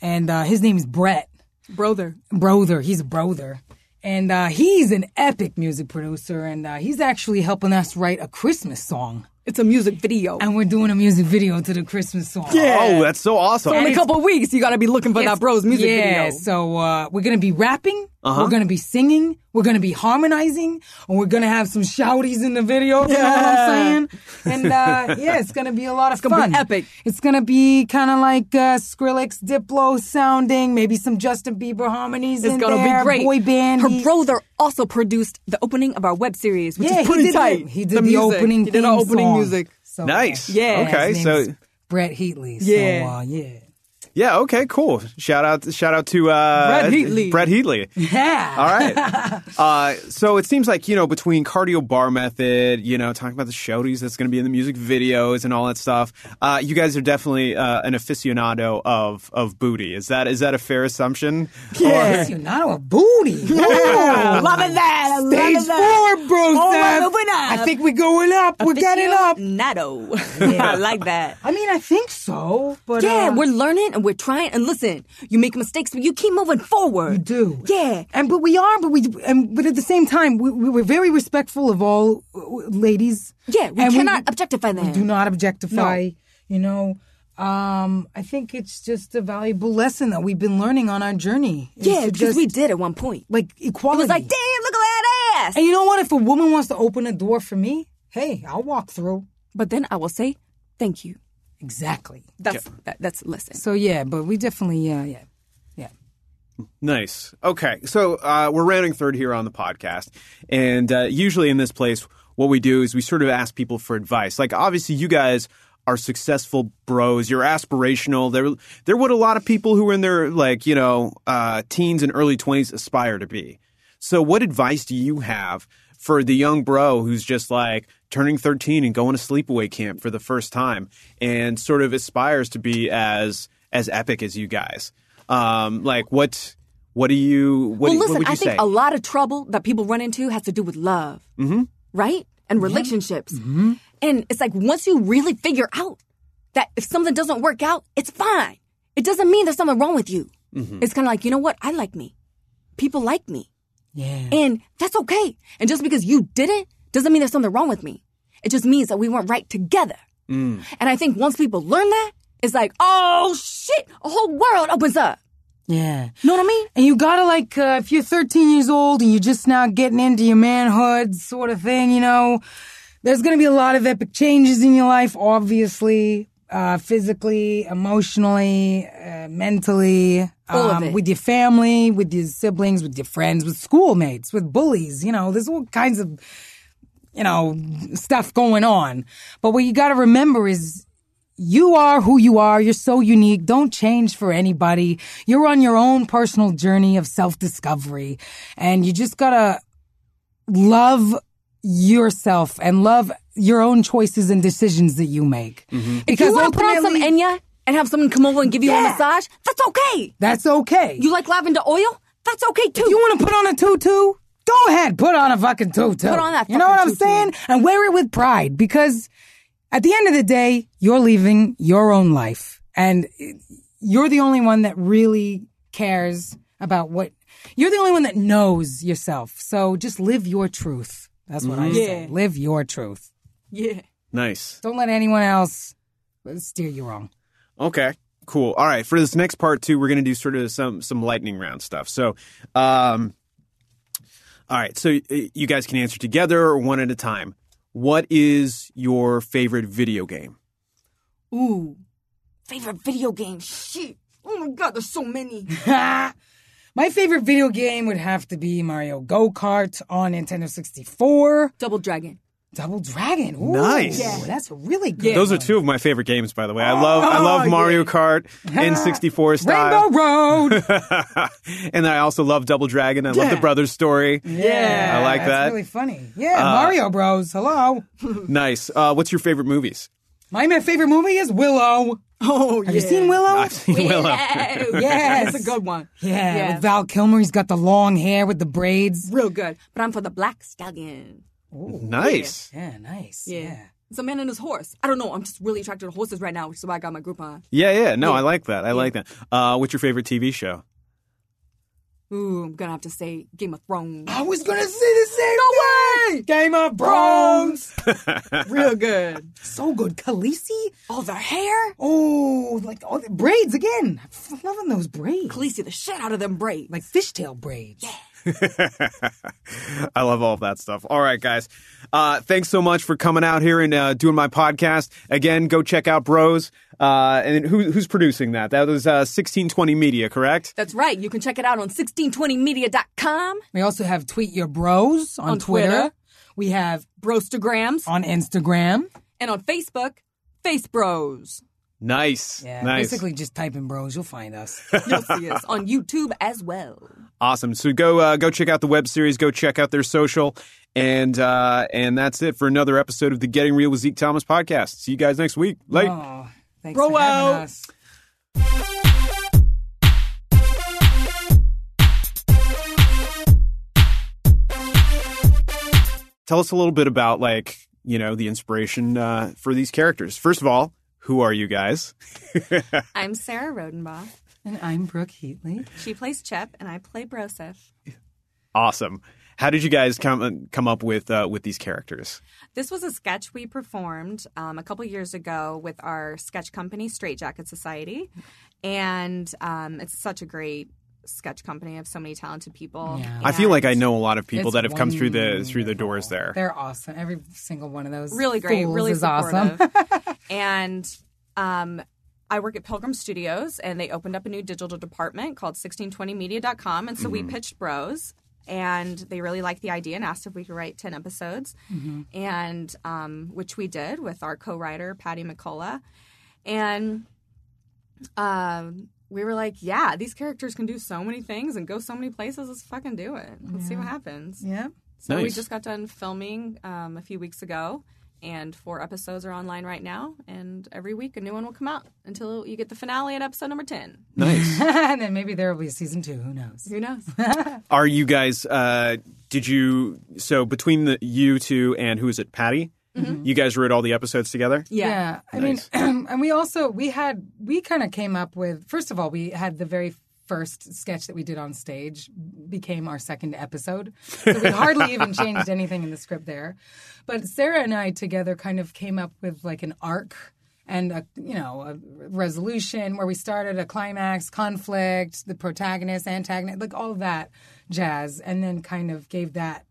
Speaker 2: and uh, his name is Brett
Speaker 3: Brother.
Speaker 2: brother. He's a brother. And uh, he's an epic music producer, and uh, he's actually helping us write a Christmas song.
Speaker 3: It's a music video.
Speaker 2: And we're doing a music video to the Christmas song.
Speaker 1: Oh, that's so awesome.
Speaker 3: in a couple of weeks, you gotta be looking for that bro's music
Speaker 2: yeah,
Speaker 3: video. Uh-huh.
Speaker 2: so uh, we're gonna be rapping, we're gonna be singing, we're gonna be harmonizing, and we're gonna have some shouties in the video. You know what I'm saying? And uh, yeah, it's gonna be a lot of
Speaker 3: gonna
Speaker 2: fun.
Speaker 3: be epic.
Speaker 2: It's gonna be kind of like uh, Skrillex, Diplo sounding, maybe some Justin Bieber harmonies
Speaker 3: It's
Speaker 2: in
Speaker 3: gonna
Speaker 2: there.
Speaker 3: be great.
Speaker 2: Boy band.
Speaker 3: Her
Speaker 2: He-
Speaker 3: brother also produced the opening of our web series, which
Speaker 2: yeah,
Speaker 3: is pretty
Speaker 2: he did
Speaker 3: tight.
Speaker 2: The, he did the, opening.
Speaker 3: He did
Speaker 2: theme
Speaker 3: our opening
Speaker 2: song.
Speaker 3: music.
Speaker 2: So,
Speaker 1: Nice.
Speaker 2: uh,
Speaker 3: Yeah.
Speaker 2: his
Speaker 1: Okay.
Speaker 2: name
Speaker 1: So
Speaker 2: is Brett Heatley. So,
Speaker 3: Yeah.
Speaker 2: uh, yeah.
Speaker 1: yeah. Okay. Cool. Shout out. Shout out to uh,
Speaker 3: Brett Heatley.
Speaker 1: Brett Heatley.
Speaker 2: Yeah.
Speaker 1: All right. uh, so it seems like, you know, between cardio bar method, you know, talking about the shouties that's going to be in the music videos and all that stuff, uh, you guys are definitely uh, an aficionado of, of booty. Is that is that a fair assumption?
Speaker 2: Yes, you're not a booty.
Speaker 3: Oh,
Speaker 2: Oh, Yeah.
Speaker 3: Loving that. I'm
Speaker 2: Stage
Speaker 3: loving that.
Speaker 2: four, bro.
Speaker 3: All right,
Speaker 2: Steph.
Speaker 3: moving up.
Speaker 2: I think we're going up. We're getting up.
Speaker 3: Nato. I like that. Uh-huh.
Speaker 2: I mean, I think so, but
Speaker 3: Yeah,
Speaker 2: uh,
Speaker 3: we're learning and we're trying. And listen, you make mistakes, but you keep moving forward.
Speaker 2: we do.
Speaker 3: Yeah.
Speaker 2: and but we are, but we and but at the same time, we, we were very respectful of all uh, ladies.
Speaker 3: Yeah, we
Speaker 2: And
Speaker 3: cannot objectify them.
Speaker 2: We do not objectify. You know, um, I think it's just a valuable lesson that we've been learning on our journey. is
Speaker 3: Yeah,
Speaker 2: to
Speaker 3: because
Speaker 2: just,
Speaker 3: we did at one point.
Speaker 2: like
Speaker 3: It
Speaker 2: equality.
Speaker 3: was like, damn, look at that ass.
Speaker 2: and you know what? If a woman wants to open a door for me, hey, I'll walk through.
Speaker 3: But then I will say, thank you.
Speaker 2: Exactly.
Speaker 3: That's that, that's a lesson.
Speaker 2: So yeah, but we definitely yeah yeah yeah.
Speaker 1: Nice. Okay. So uh, we're rounding third here on the podcast. And uh, usually in this place, what we do is we sort of ask people for advice. Like, obviously, you guys are successful bros. You're aspirational. They're, they're what a lot of people who are in their, like, you know, uh, teens and early 20s aspire to be. So, what advice do you have for the young bro who's just like turning 13 and going to sleepaway camp for the first time and sort of aspires to be as as epic as you guys? Um, like what what do you what, do-
Speaker 3: well,
Speaker 1: what
Speaker 3: listen,
Speaker 1: would you
Speaker 3: I think
Speaker 1: say?
Speaker 3: a lot of trouble that people run into has to do with love, mm-hmm. right? And relationships.
Speaker 1: Mm-hmm.
Speaker 3: And it's like once you really figure out that if something doesn't work out, it's fine. It doesn't mean there's something wrong with you.
Speaker 1: Mm-hmm.
Speaker 3: It's kind of like, you know what? I like me. People like me.
Speaker 2: Yeah.
Speaker 3: And that's okay. And just because you did it doesn't mean there's something wrong with me. It just means that we weren't right together.
Speaker 1: Mm.
Speaker 3: And I think once people learn that, it's like, oh shit, a whole world opens up.
Speaker 2: Yeah.
Speaker 3: Know what I mean?
Speaker 2: And you gotta like, uh, if you're 13 years old and you're just now getting into your manhood sort of thing, you know, there's gonna be a lot of epic changes in your life, obviously, uh, physically, emotionally, uh, mentally, um,
Speaker 3: All of it.
Speaker 2: with your family, with your siblings, with your friends, with schoolmates, with bullies, you know, there's all kinds of, you know, stuff going on. But what you gotta remember is, you are who you are. You're so unique. Don't change for anybody. You're on your own personal journey of self discovery. And you just gotta love yourself and love your own choices and decisions that you make. Because
Speaker 3: you want to put on some
Speaker 2: ultimately,
Speaker 3: Enya and have someone come over and give you a
Speaker 2: Yeah.
Speaker 3: massage, that's okay.
Speaker 2: that's okay.
Speaker 3: You like lavender oil? That's okay too.
Speaker 2: If you want to put on a tutu, go ahead, put on a fucking tutu.
Speaker 3: Put on that
Speaker 2: You know what I'm
Speaker 3: fucking
Speaker 2: saying?
Speaker 3: tutu.
Speaker 2: And wear it with pride because at the end of the day, you're leaving your own life and you're the only one that really cares about what you're the only one that knows yourself. So just live your truth. That's what I say.
Speaker 3: Mm-hmm. Yeah.
Speaker 2: Live your truth.
Speaker 3: yeah.
Speaker 1: nice.
Speaker 2: Don't let anyone else steer you wrong.
Speaker 1: Okay. Cool. All right. For this next part too, we're gonna do sort of some some lightning round stuff. So, um, all right. So uh, you guys can answer together or one at a time. What is your favorite video game?
Speaker 3: Ooh. Favorite video game? Shit. Oh my god, there's so many.
Speaker 2: My favorite video game would have to be Mario Go Kart on Nintendo 64.
Speaker 3: Double Dragon.
Speaker 2: Double Dragon. Ooh,
Speaker 1: Nice.
Speaker 2: Yeah, that's really good.
Speaker 3: Yeah.
Speaker 1: Those are two of my favorite games, by the way. I love I
Speaker 2: Oh,
Speaker 1: love Mario Kart N64
Speaker 2: Rainbow
Speaker 1: style,
Speaker 2: Road.
Speaker 1: and I also love Double Dragon. I love the brothers story.
Speaker 2: yeah,
Speaker 1: I like
Speaker 2: that's
Speaker 1: that.
Speaker 2: Really funny. Yeah, Mario Bros. Hello.
Speaker 1: Nice. Uh, what's your favorite movies?
Speaker 2: My ma- favorite movie is Willow.
Speaker 3: Oh,
Speaker 2: Have you seen Willow?
Speaker 1: I've seen Willow.
Speaker 2: Yes.
Speaker 3: That's a good one.
Speaker 2: Yeah,
Speaker 3: Yeah.
Speaker 2: with Val Kilmer. He's got the long hair with the braids.
Speaker 3: Real good. But I'm for the Black Stallion.
Speaker 1: Nice.
Speaker 2: Yeah, nice. Yeah.
Speaker 3: It's a man and his horse. I don't know. I'm just really attracted to horses right now, which is why I got my group on.
Speaker 1: Yeah, yeah. No, I like that. I like that. Uh, what's your favorite TV show?
Speaker 3: Ooh, I'm gonna have to say Game of Thrones.
Speaker 2: I was gonna say the same. No way. Game of Thrones.
Speaker 3: Real good.
Speaker 2: so good, Khaleesi.
Speaker 3: All their hair.
Speaker 2: Oh, like all the braids again. I'm loving those braids.
Speaker 3: Khaleesi the shit out of them braids.
Speaker 2: Like fishtail braids.
Speaker 1: I love all of that stuff. All right, guys. Uh, thanks so much for coming out here and uh, doing my podcast. Again, go check out Bros. Uh, and who, who's producing that? That was uh, 1620 Media, correct?
Speaker 3: That's right. You can check it out on 1620media.com,
Speaker 2: We also have Tweet Your Bros on,
Speaker 3: On Twitter.
Speaker 2: We have
Speaker 3: Brostergrams,
Speaker 2: on Instagram.
Speaker 3: and on Facebook, Face Bros.
Speaker 1: Nice. nice.
Speaker 2: Basically, just type in bros, you'll find us.
Speaker 3: You'll see us on YouTube as well.
Speaker 1: Awesome. So go uh, go check out the web series. Go check out their social, and uh, and that's it for another episode of the Getting Real with Zeke Thomas podcast. See you guys next week. Later.
Speaker 2: oh, thanks
Speaker 1: Bro
Speaker 2: for having
Speaker 1: out.
Speaker 2: us.
Speaker 1: Tell us a little bit about like you know the inspiration uh, for these characters. First of all, who are you guys?
Speaker 4: I'm Sarah Rodenbaugh.
Speaker 2: And I'm Brooke Heatley.
Speaker 4: She plays Chep, and I play Broseph.
Speaker 1: Awesome. How did you guys come come up with uh, with these characters?
Speaker 4: This was a sketch we performed um, a couple years ago with our sketch company, Straight Jacket Society, and um, it's such a great sketch company. I have so many talented people.
Speaker 2: Yeah.
Speaker 1: I feel like I
Speaker 4: And
Speaker 1: know a lot of people
Speaker 2: It's
Speaker 1: that have come through the through the doors there.
Speaker 2: They're awesome. Every single one of those.
Speaker 4: really great,
Speaker 2: fools
Speaker 4: really
Speaker 2: is awesome.
Speaker 4: supportive. and um, I work at Pilgrim Studios, and they opened up a new digital department called 1620media.com. And so we pitched Bros, and they really liked the idea and asked if we could write 10 episodes,
Speaker 2: Mm-hmm.
Speaker 4: and um, which we did with our co writer, Patty McCullough. And um, we were like, yeah, these characters can do so many things and go so many places. Let's fucking do it. Let's see what happens.
Speaker 2: yeah.
Speaker 4: So we
Speaker 1: Nice.
Speaker 4: just got done filming um, a few weeks ago,
Speaker 3: and four episodes are online right now. And every week a new one will come out until you get the finale at episode number ten.
Speaker 1: Nice.
Speaker 2: and then maybe there will be a season two. Who knows?
Speaker 3: Who knows?
Speaker 1: Are you guys? Uh, did you? So between the you two and who is it? Patty.
Speaker 2: Mm-hmm.
Speaker 1: You guys wrote all the episodes together.
Speaker 2: Yeah. I mean, and we also we had we kind of came up with first of all we had the very first sketch that we did on stage became our second episode. So we hardly even changed anything in the script there. But Sarah and I together kind of came up with like an arc and a you know a resolution where we started a climax conflict the protagonist antagonist like all that jazz and then kind of gave that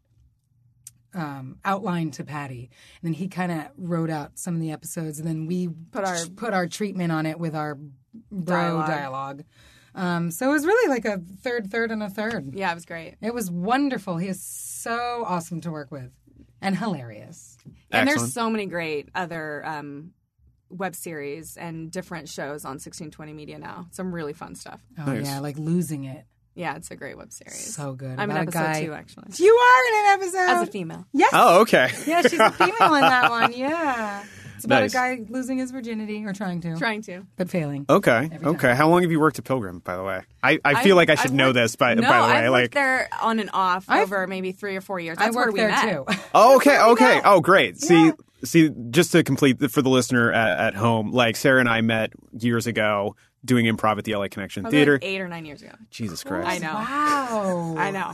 Speaker 2: um, outline to Patty, and then he kind of wrote out some of the episodes, and then we put our put our treatment on it with our bro dialogue. Um, so it was really like a third, third, and a third.
Speaker 3: yeah, it was great.
Speaker 2: It was wonderful. He is so awesome to work with, and hilarious.
Speaker 1: Excellent.
Speaker 3: And there's so many great other um, web series and different shows on 1620 Media now. Some really fun stuff.
Speaker 2: Oh yeah, like losing it.
Speaker 3: Yeah, it's a great web series.
Speaker 2: So good.
Speaker 3: I'm in
Speaker 2: About a
Speaker 3: episode
Speaker 2: guy-
Speaker 3: two, actually.
Speaker 2: You are in an episode.
Speaker 3: As a female.
Speaker 2: yes.
Speaker 1: Oh, okay.
Speaker 2: Yeah, she's a female in that one. Yeah. It's about
Speaker 1: Nice.
Speaker 2: a guy losing his virginity or trying to,
Speaker 3: Trying to.
Speaker 2: but failing.
Speaker 1: Okay. Okay. How long have you worked at Pilgrim, by the way? I, I feel like I should
Speaker 3: I've
Speaker 1: know
Speaker 3: worked-
Speaker 1: this by
Speaker 3: no,
Speaker 1: by the way.
Speaker 3: I've worked
Speaker 1: like
Speaker 3: there on and off
Speaker 2: I've-
Speaker 3: over maybe three or four years.
Speaker 2: I
Speaker 3: That's where
Speaker 2: work
Speaker 3: we
Speaker 2: there
Speaker 3: met.
Speaker 2: too.
Speaker 1: Oh, okay, okay. Oh, great. See, see, just to complete the, for the listener at, at home, like Sarah and I met years ago doing improv at the LA Connection
Speaker 3: Probably like
Speaker 1: Theater.
Speaker 3: eight or nine years ago.
Speaker 1: Jesus Christ.
Speaker 3: I know.
Speaker 2: Wow.
Speaker 3: Oh. I know.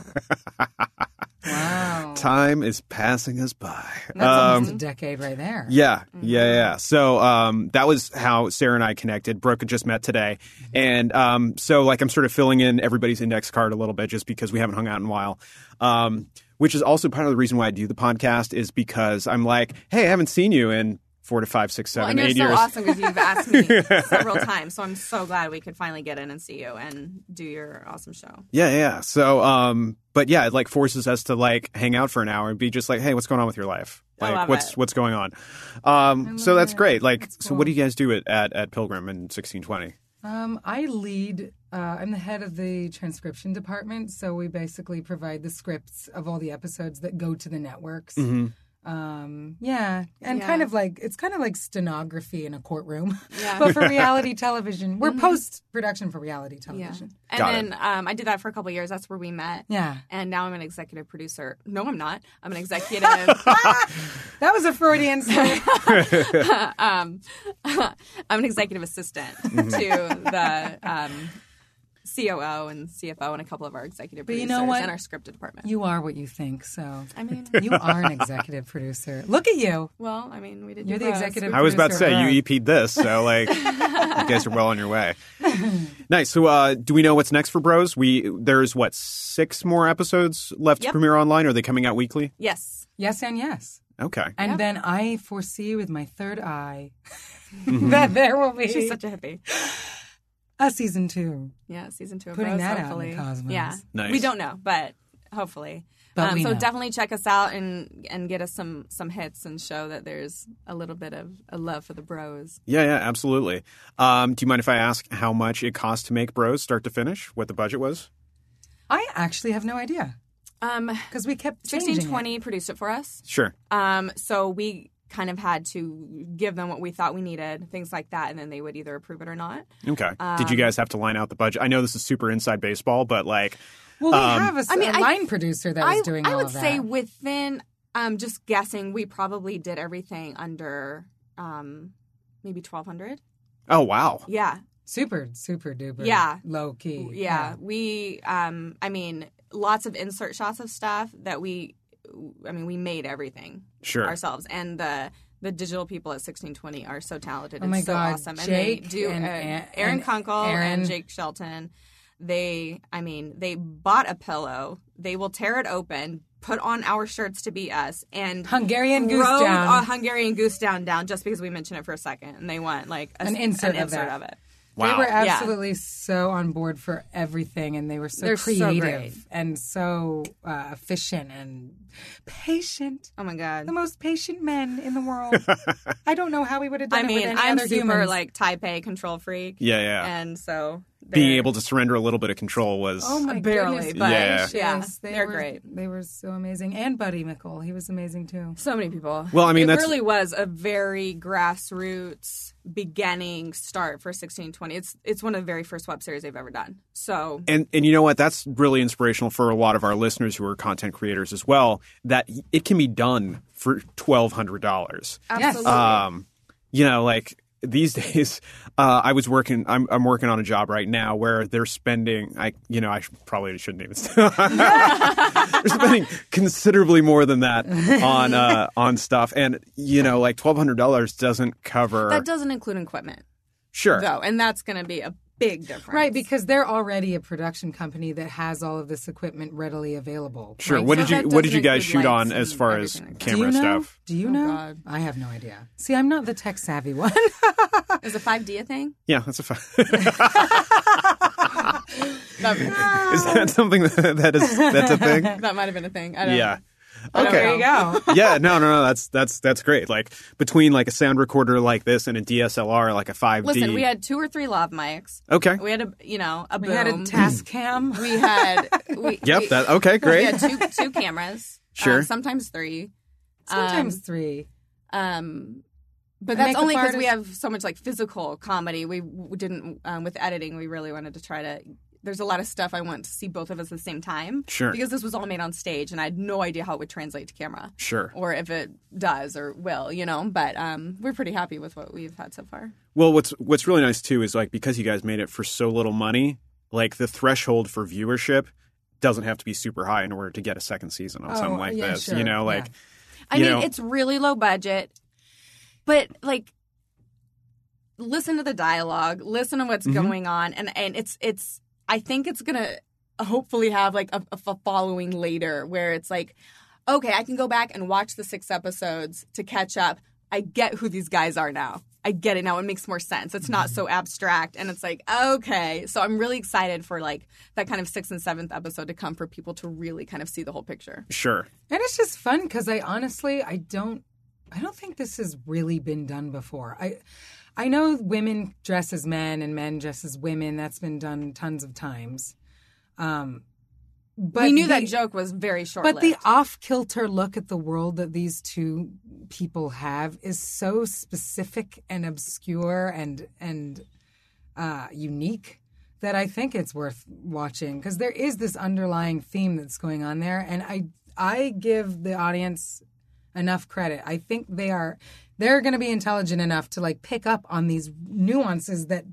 Speaker 2: Wow.
Speaker 1: Time is passing us by.
Speaker 2: That's almost a decade right there.
Speaker 1: Yeah,
Speaker 3: Mm-hmm.
Speaker 1: yeah, yeah. So um, that was how Sarah and I connected. Brooke had just met today,
Speaker 3: Mm-hmm.
Speaker 1: and um, so like I'm sort of filling in everybody's index card a little bit just because we haven't hung out in a while. Um, which is also part of the reason why I do the podcast is because I'm like, hey, I haven't seen you in four to five, six,
Speaker 3: Well,
Speaker 1: seven,
Speaker 3: and
Speaker 1: eight
Speaker 3: you're so
Speaker 1: years.
Speaker 3: awesome because you've asked me several times. So I'm so glad we could finally get in and see you and do your awesome show.
Speaker 1: Yeah, yeah. So, um, but yeah, it like forces us to like hang out for an hour and be just like, hey, what's going on with your life?
Speaker 3: Oh, I
Speaker 1: Like,
Speaker 3: love
Speaker 1: what's
Speaker 3: it.
Speaker 1: what's going on? Um, so
Speaker 2: love
Speaker 1: that's
Speaker 2: it.
Speaker 1: great. Like,
Speaker 2: That's
Speaker 1: so what do you guys do at at, at Pilgrim in 1620?
Speaker 2: Um, I lead. Uh, I'm the head of the transcription department, so we basically provide the scripts of all the episodes that go to the networks. Um, yeah, and kind
Speaker 3: Yeah.
Speaker 2: of like it's kind of like stenography in a courtroom,
Speaker 3: Yeah. Mm-hmm.
Speaker 2: but for reality television. We're post production for reality
Speaker 3: Yeah.
Speaker 2: television.
Speaker 3: And
Speaker 1: Got it.
Speaker 3: then um, I did that for a couple years. That's where we met.
Speaker 2: Yeah.
Speaker 3: And now I'm an executive producer. No, I'm not. I'm an executive.
Speaker 2: that was a Freudian slip.
Speaker 3: um, I'm an executive assistant
Speaker 1: Mm-hmm.
Speaker 3: to the um, COO and CFO and a couple of our
Speaker 2: you
Speaker 3: executive producers
Speaker 2: know what?
Speaker 3: and our scripted department.
Speaker 2: you are what you think. So
Speaker 3: I mean,
Speaker 2: you are an executive producer. Look at you.
Speaker 3: well, I mean, we did.
Speaker 2: You're
Speaker 3: do
Speaker 2: the
Speaker 3: Bros.
Speaker 2: executive
Speaker 1: I was about to
Speaker 2: producer,
Speaker 1: say you
Speaker 2: right.
Speaker 1: EP'd this, so like you guys are well on your way. Nice. So, uh, do we know what's next for Bros? We there's what six more episodes left to
Speaker 3: Yep.
Speaker 1: premiere online. Are they coming out weekly?
Speaker 3: Yes.
Speaker 2: Yes and yes.
Speaker 1: Okay.
Speaker 2: And then I foresee with my third eye that there will be
Speaker 3: She's such a hippie.
Speaker 2: a season two.
Speaker 3: Yeah, season two of
Speaker 2: Putting
Speaker 3: Bros,
Speaker 2: that out in the
Speaker 3: hopefully.
Speaker 2: cosmos.
Speaker 3: Yeah.
Speaker 1: Nice.
Speaker 3: We don't know, but hopefully.
Speaker 2: But
Speaker 3: um,
Speaker 2: we
Speaker 3: so
Speaker 2: know.
Speaker 3: definitely check us out and and get us some some hits and show that there's a little bit of a love for the bros.
Speaker 1: Yeah, yeah, absolutely. Um, do you mind if I ask how much it cost to make Bros start to finish? What the budget was?
Speaker 2: I actually have no idea
Speaker 3: Um,
Speaker 2: because we kept changing
Speaker 3: sixteen
Speaker 2: it.
Speaker 3: twenty produced it for us.
Speaker 1: Sure.
Speaker 3: Um, so we kind of had to give them what we thought we needed, things like that, and then they would either approve it or not.
Speaker 1: Okay.
Speaker 2: Um,
Speaker 1: Did you guys have to line out the budget? I know this is super inside baseball, but like,
Speaker 2: Well, we have a, s-
Speaker 3: I mean,
Speaker 2: a
Speaker 3: I-
Speaker 2: line producer that was doing
Speaker 3: I
Speaker 2: all
Speaker 3: would
Speaker 2: of that.
Speaker 3: say within um, just guessing, we probably did everything under um, maybe twelve hundred.
Speaker 1: oh wow,
Speaker 3: Yeah,
Speaker 2: super, super duper.
Speaker 3: Yeah.
Speaker 2: low key.
Speaker 3: yeah. We, um, I mean, lots of insert shots of stuff that we, I mean, we made everything
Speaker 1: Sure.
Speaker 3: ourselves, and the. The digital people at 1620 are so talented
Speaker 2: Oh
Speaker 3: and
Speaker 2: my
Speaker 3: so
Speaker 2: God,
Speaker 3: awesome. and
Speaker 2: Jake
Speaker 3: they do
Speaker 2: and
Speaker 3: uh,
Speaker 2: An-
Speaker 3: Aaron
Speaker 2: and
Speaker 3: Kunkel
Speaker 2: Aaron.
Speaker 3: and Jake Shelton. They, I mean, they bought a pillow. They will tear it open, put on our shirts to be us, and
Speaker 2: Hungarian goose
Speaker 3: rode
Speaker 2: down.
Speaker 3: a Hungarian goose down down just because we mentioned it for a second, and they want like a,
Speaker 2: An
Speaker 3: s-
Speaker 2: insert
Speaker 3: an
Speaker 2: of that.
Speaker 3: of it.
Speaker 1: wow.
Speaker 2: They were absolutely so on board for everything, and they were so
Speaker 3: They're so
Speaker 2: creative
Speaker 3: great.
Speaker 2: and so uh, efficient and patient.
Speaker 3: Oh my god!
Speaker 2: The most patient men in the world. I don't know how we would have done
Speaker 3: I
Speaker 2: it with
Speaker 3: mean,
Speaker 2: any
Speaker 3: I'm
Speaker 2: other
Speaker 3: super
Speaker 2: humans.
Speaker 3: like type A control freak.
Speaker 1: Yeah, yeah.
Speaker 3: And so they're-
Speaker 1: being able to surrender a little bit of control was
Speaker 2: Oh my
Speaker 3: Barely,
Speaker 2: goodness
Speaker 3: but-
Speaker 2: gracious.
Speaker 3: Yeah. Yeah,
Speaker 2: They
Speaker 3: they're
Speaker 2: were,
Speaker 3: great.
Speaker 2: They were so amazing. And Buddy Mickle, he was amazing too.
Speaker 3: So many people.
Speaker 1: Well, I mean,
Speaker 3: it
Speaker 1: that's-
Speaker 3: really was a very grassroots beginning start for 1620. It's it's one of the very first web series they've ever done. So
Speaker 1: and and you know what that's really inspirational for a lot of our listeners who are content creators as well that it can be done for $1200
Speaker 3: absolutely,
Speaker 1: um, you know, like these days, uh, I was working. I'm, I'm working on a job right now where they're spending. I, you know, I sh- probably shouldn't even. they're spending considerably more than that on uh, on stuff, and you know, like twelve hundred dollars doesn't cover.
Speaker 3: that doesn't include equipment
Speaker 1: sure,
Speaker 3: though, and that's going to be a big difference.
Speaker 2: Right, because they're already a production company that has all of this equipment readily available.
Speaker 1: sure.
Speaker 3: Right,
Speaker 1: what
Speaker 3: so
Speaker 1: did you
Speaker 3: that
Speaker 1: What did you
Speaker 3: doesn't
Speaker 1: guys
Speaker 3: include
Speaker 1: shoot on
Speaker 3: lights
Speaker 1: as
Speaker 3: and
Speaker 1: far as
Speaker 3: everything like that.
Speaker 2: Do
Speaker 1: camera
Speaker 2: you know?
Speaker 1: stuff?
Speaker 2: Do you know?
Speaker 3: God.
Speaker 2: I have no idea. See, I'm not the tech savvy one.
Speaker 3: is a 5D a thing?
Speaker 1: Yeah, that's a fact. is that something that, that is that's a thing?
Speaker 3: That might have been a thing. I don't
Speaker 1: Yeah.
Speaker 3: I don't
Speaker 1: Okay.
Speaker 3: know.
Speaker 2: go.
Speaker 1: yeah, no, no, no. That's that's that's great. Like between like a sound recorder like this and a DSLR like a five D.
Speaker 3: Listen, we had two or three lav mics.
Speaker 1: okay.
Speaker 3: We had a you know a
Speaker 2: We
Speaker 3: boom.
Speaker 2: had a task cam.
Speaker 3: we had we, we-
Speaker 1: yep. That okay.
Speaker 3: we
Speaker 1: Great.
Speaker 3: had two Oh, two cameras.
Speaker 1: Sure.
Speaker 3: um, sometimes three.
Speaker 2: Sometimes
Speaker 3: Um,
Speaker 2: three.
Speaker 3: Um, but
Speaker 2: A
Speaker 3: that's
Speaker 2: makeup
Speaker 3: only because we have
Speaker 2: artist.
Speaker 3: so much like physical comedy. We, we didn't um, with editing. We really wanted to try to. There's a lot of stuff I want to see both of us at the same time.
Speaker 1: Sure.
Speaker 3: Because this was all made on stage, and I had no idea how it would translate to camera,
Speaker 1: Sure.
Speaker 3: or if it does or will, you know. But um, we're pretty happy with what we've had so far.
Speaker 1: Well, what's what's really nice too is like because you guys made it for so little money, like the threshold for viewership doesn't have to be super high in order to get a second season on
Speaker 2: Oh,
Speaker 1: something like
Speaker 2: yeah,
Speaker 1: this.
Speaker 2: sure,
Speaker 1: You know, like
Speaker 2: yeah.
Speaker 3: I
Speaker 1: you
Speaker 3: mean,
Speaker 1: know-
Speaker 3: it's really low budget, but like, listen to the dialogue, listen to what's
Speaker 2: Mm-hmm.
Speaker 3: going on, and and it's it's. I think it's gonna hopefully have like a, a following later where it's like, okay, I can go back and watch the six episodes to catch up. I get who these guys are now. I get it now. It makes more sense. It's
Speaker 2: Mm-hmm.
Speaker 3: not so abstract, and it's like okay. So I'm really excited for like that kind of sixth and seventh episode to come for people to really kind of see the whole picture.
Speaker 1: sure.
Speaker 2: And it's just fun because I honestly I don't I don't think this has really been done before. I I know women dress as men and men dress as women. That's been done tons of times. Um, but
Speaker 3: we knew
Speaker 2: the-
Speaker 3: that joke was very short.
Speaker 2: But the off kilter look at the world that these two people have is so specific and obscure and and uh, unique that I think it's worth watching because there is this underlying theme that's going on there, and I I give the audience enough credit. I think they are they're going to be intelligent enough to like pick up on these nuances that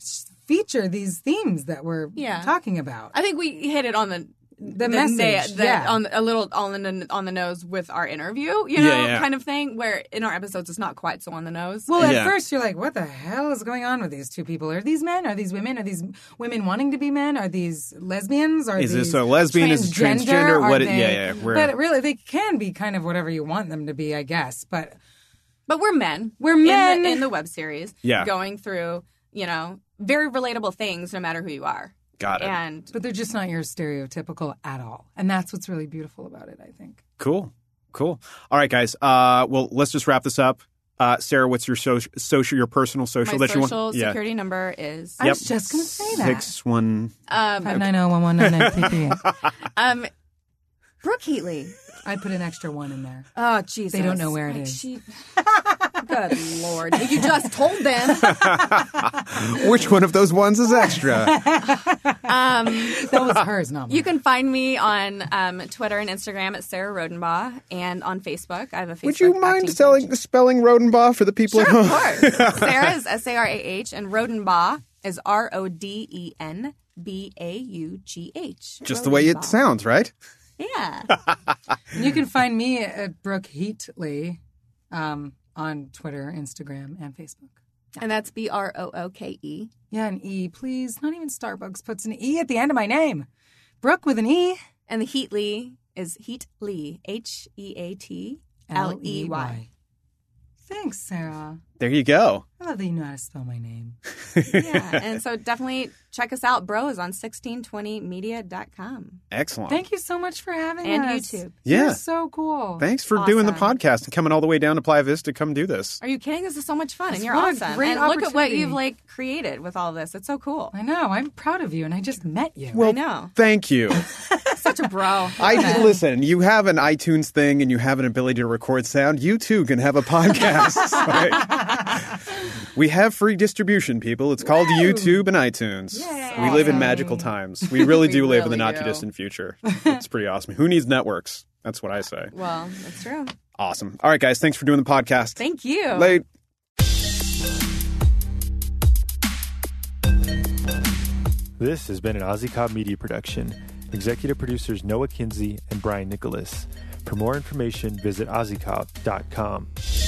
Speaker 2: s- feature these themes that we're
Speaker 3: Yeah.
Speaker 2: talking about.
Speaker 3: I think we hit it on the the,
Speaker 2: message,
Speaker 3: na- the-
Speaker 2: yeah.
Speaker 3: on the- a little on the on the nose with our interview, you
Speaker 1: Yeah,
Speaker 3: know,
Speaker 1: yeah.
Speaker 3: kind of thing. Where in our episodes, it's not quite so on the nose.
Speaker 2: Well, at
Speaker 1: Yeah.
Speaker 2: first you're like, what the hell is going on with these two people? Are these men? Are these women? Are these women wanting to be men? Are these lesbians? Are
Speaker 1: Is
Speaker 2: these
Speaker 1: this a lesbian? Is it transgender?
Speaker 2: Are
Speaker 1: What it-
Speaker 2: They,
Speaker 1: yeah, yeah, we're-
Speaker 2: But really, they can be kind of whatever you want them to be, I guess. But
Speaker 3: but we're men.
Speaker 2: We're
Speaker 3: in the- in
Speaker 2: men.
Speaker 3: the, web series.
Speaker 1: Yeah.
Speaker 3: going through you know very relatable things, no matter who you are.
Speaker 1: Got it.
Speaker 3: And
Speaker 2: but they're just not your stereotypical at all, and that's what's really beautiful about it. I think.
Speaker 1: Cool. Cool. All right, guys. Uh, well, let's just wrap this up. Uh, Sarah, what's your social, social, your personal social
Speaker 3: my
Speaker 1: that you want?
Speaker 3: social security number is
Speaker 2: I was just gonna say that.
Speaker 1: Six one.
Speaker 3: um,
Speaker 2: Five nine zero one one nine nine three three.
Speaker 3: um Brooke Heatley.
Speaker 2: I put an extra one in there.
Speaker 3: Oh Jesus!
Speaker 2: They don't know where it
Speaker 3: Like,
Speaker 2: is.
Speaker 3: She, good lord! You just told them.
Speaker 1: Which one of those ones is extra?
Speaker 3: Um,
Speaker 2: That was hers, not mine.
Speaker 3: You can find me on um, Twitter and Instagram at Sarah Rodenbaugh and on Facebook. I have a Facebook.
Speaker 1: Would you mind
Speaker 3: acting
Speaker 1: selling,
Speaker 3: page.
Speaker 1: spelling Rodenbaugh for the people at home?
Speaker 3: Of course. Sarah is S A R A H and Rodenbaugh is R O D E N B A U G H.
Speaker 1: Just the way it sounds, right?
Speaker 3: Yeah.
Speaker 2: You can find me at Brooke Heatley um, on Twitter, Instagram, and Facebook.
Speaker 3: And that's B R O O K E.
Speaker 2: Yeah, an E, please. Not even Starbucks puts an E at the end of my name. Brooke with an E.
Speaker 3: And the Heatley is Heatley, H E A T L E Y.
Speaker 2: E Thanks, Sarah.
Speaker 1: There you go.
Speaker 2: I love that you know how to spell my name.
Speaker 3: yeah. And so definitely check us out, bros, on 1620media.com.
Speaker 1: Excellent.
Speaker 2: Thank you so much for having
Speaker 3: And
Speaker 2: us.
Speaker 3: YouTube.
Speaker 1: Yeah.
Speaker 2: You're so cool.
Speaker 1: Thanks for doing the
Speaker 3: Awesome.
Speaker 1: podcast and coming all the way down to Playa Vista to come do this.
Speaker 3: Are you kidding? This is so much fun, and you're
Speaker 2: what a
Speaker 3: awesome.
Speaker 2: great
Speaker 3: and look at what
Speaker 2: opportunity.
Speaker 3: you've like created with all this. It's so cool.
Speaker 2: I know. I'm proud of you, and I just met you.
Speaker 1: Well,
Speaker 3: know.
Speaker 1: thank you.
Speaker 3: Such a bro.
Speaker 1: I listen. You have an iTunes thing, and you have an ability to record sound. You too can have a podcast. Like, we have free distribution, people. It's called YouTube and iTunes. We live in magical times. We really do live in the
Speaker 3: really
Speaker 1: not too
Speaker 3: do.
Speaker 1: distant future. It's pretty awesome. Who needs networks? That's what I say.
Speaker 3: well, that's true.
Speaker 1: Awesome. All right, guys. Thanks for doing the podcast.
Speaker 3: Thank you.
Speaker 1: Late.
Speaker 5: This has been an OzzyCobb Media production. Executive producers Noah Kinsey and Brian Nicholas. For more information, visit OzzyCobb.com.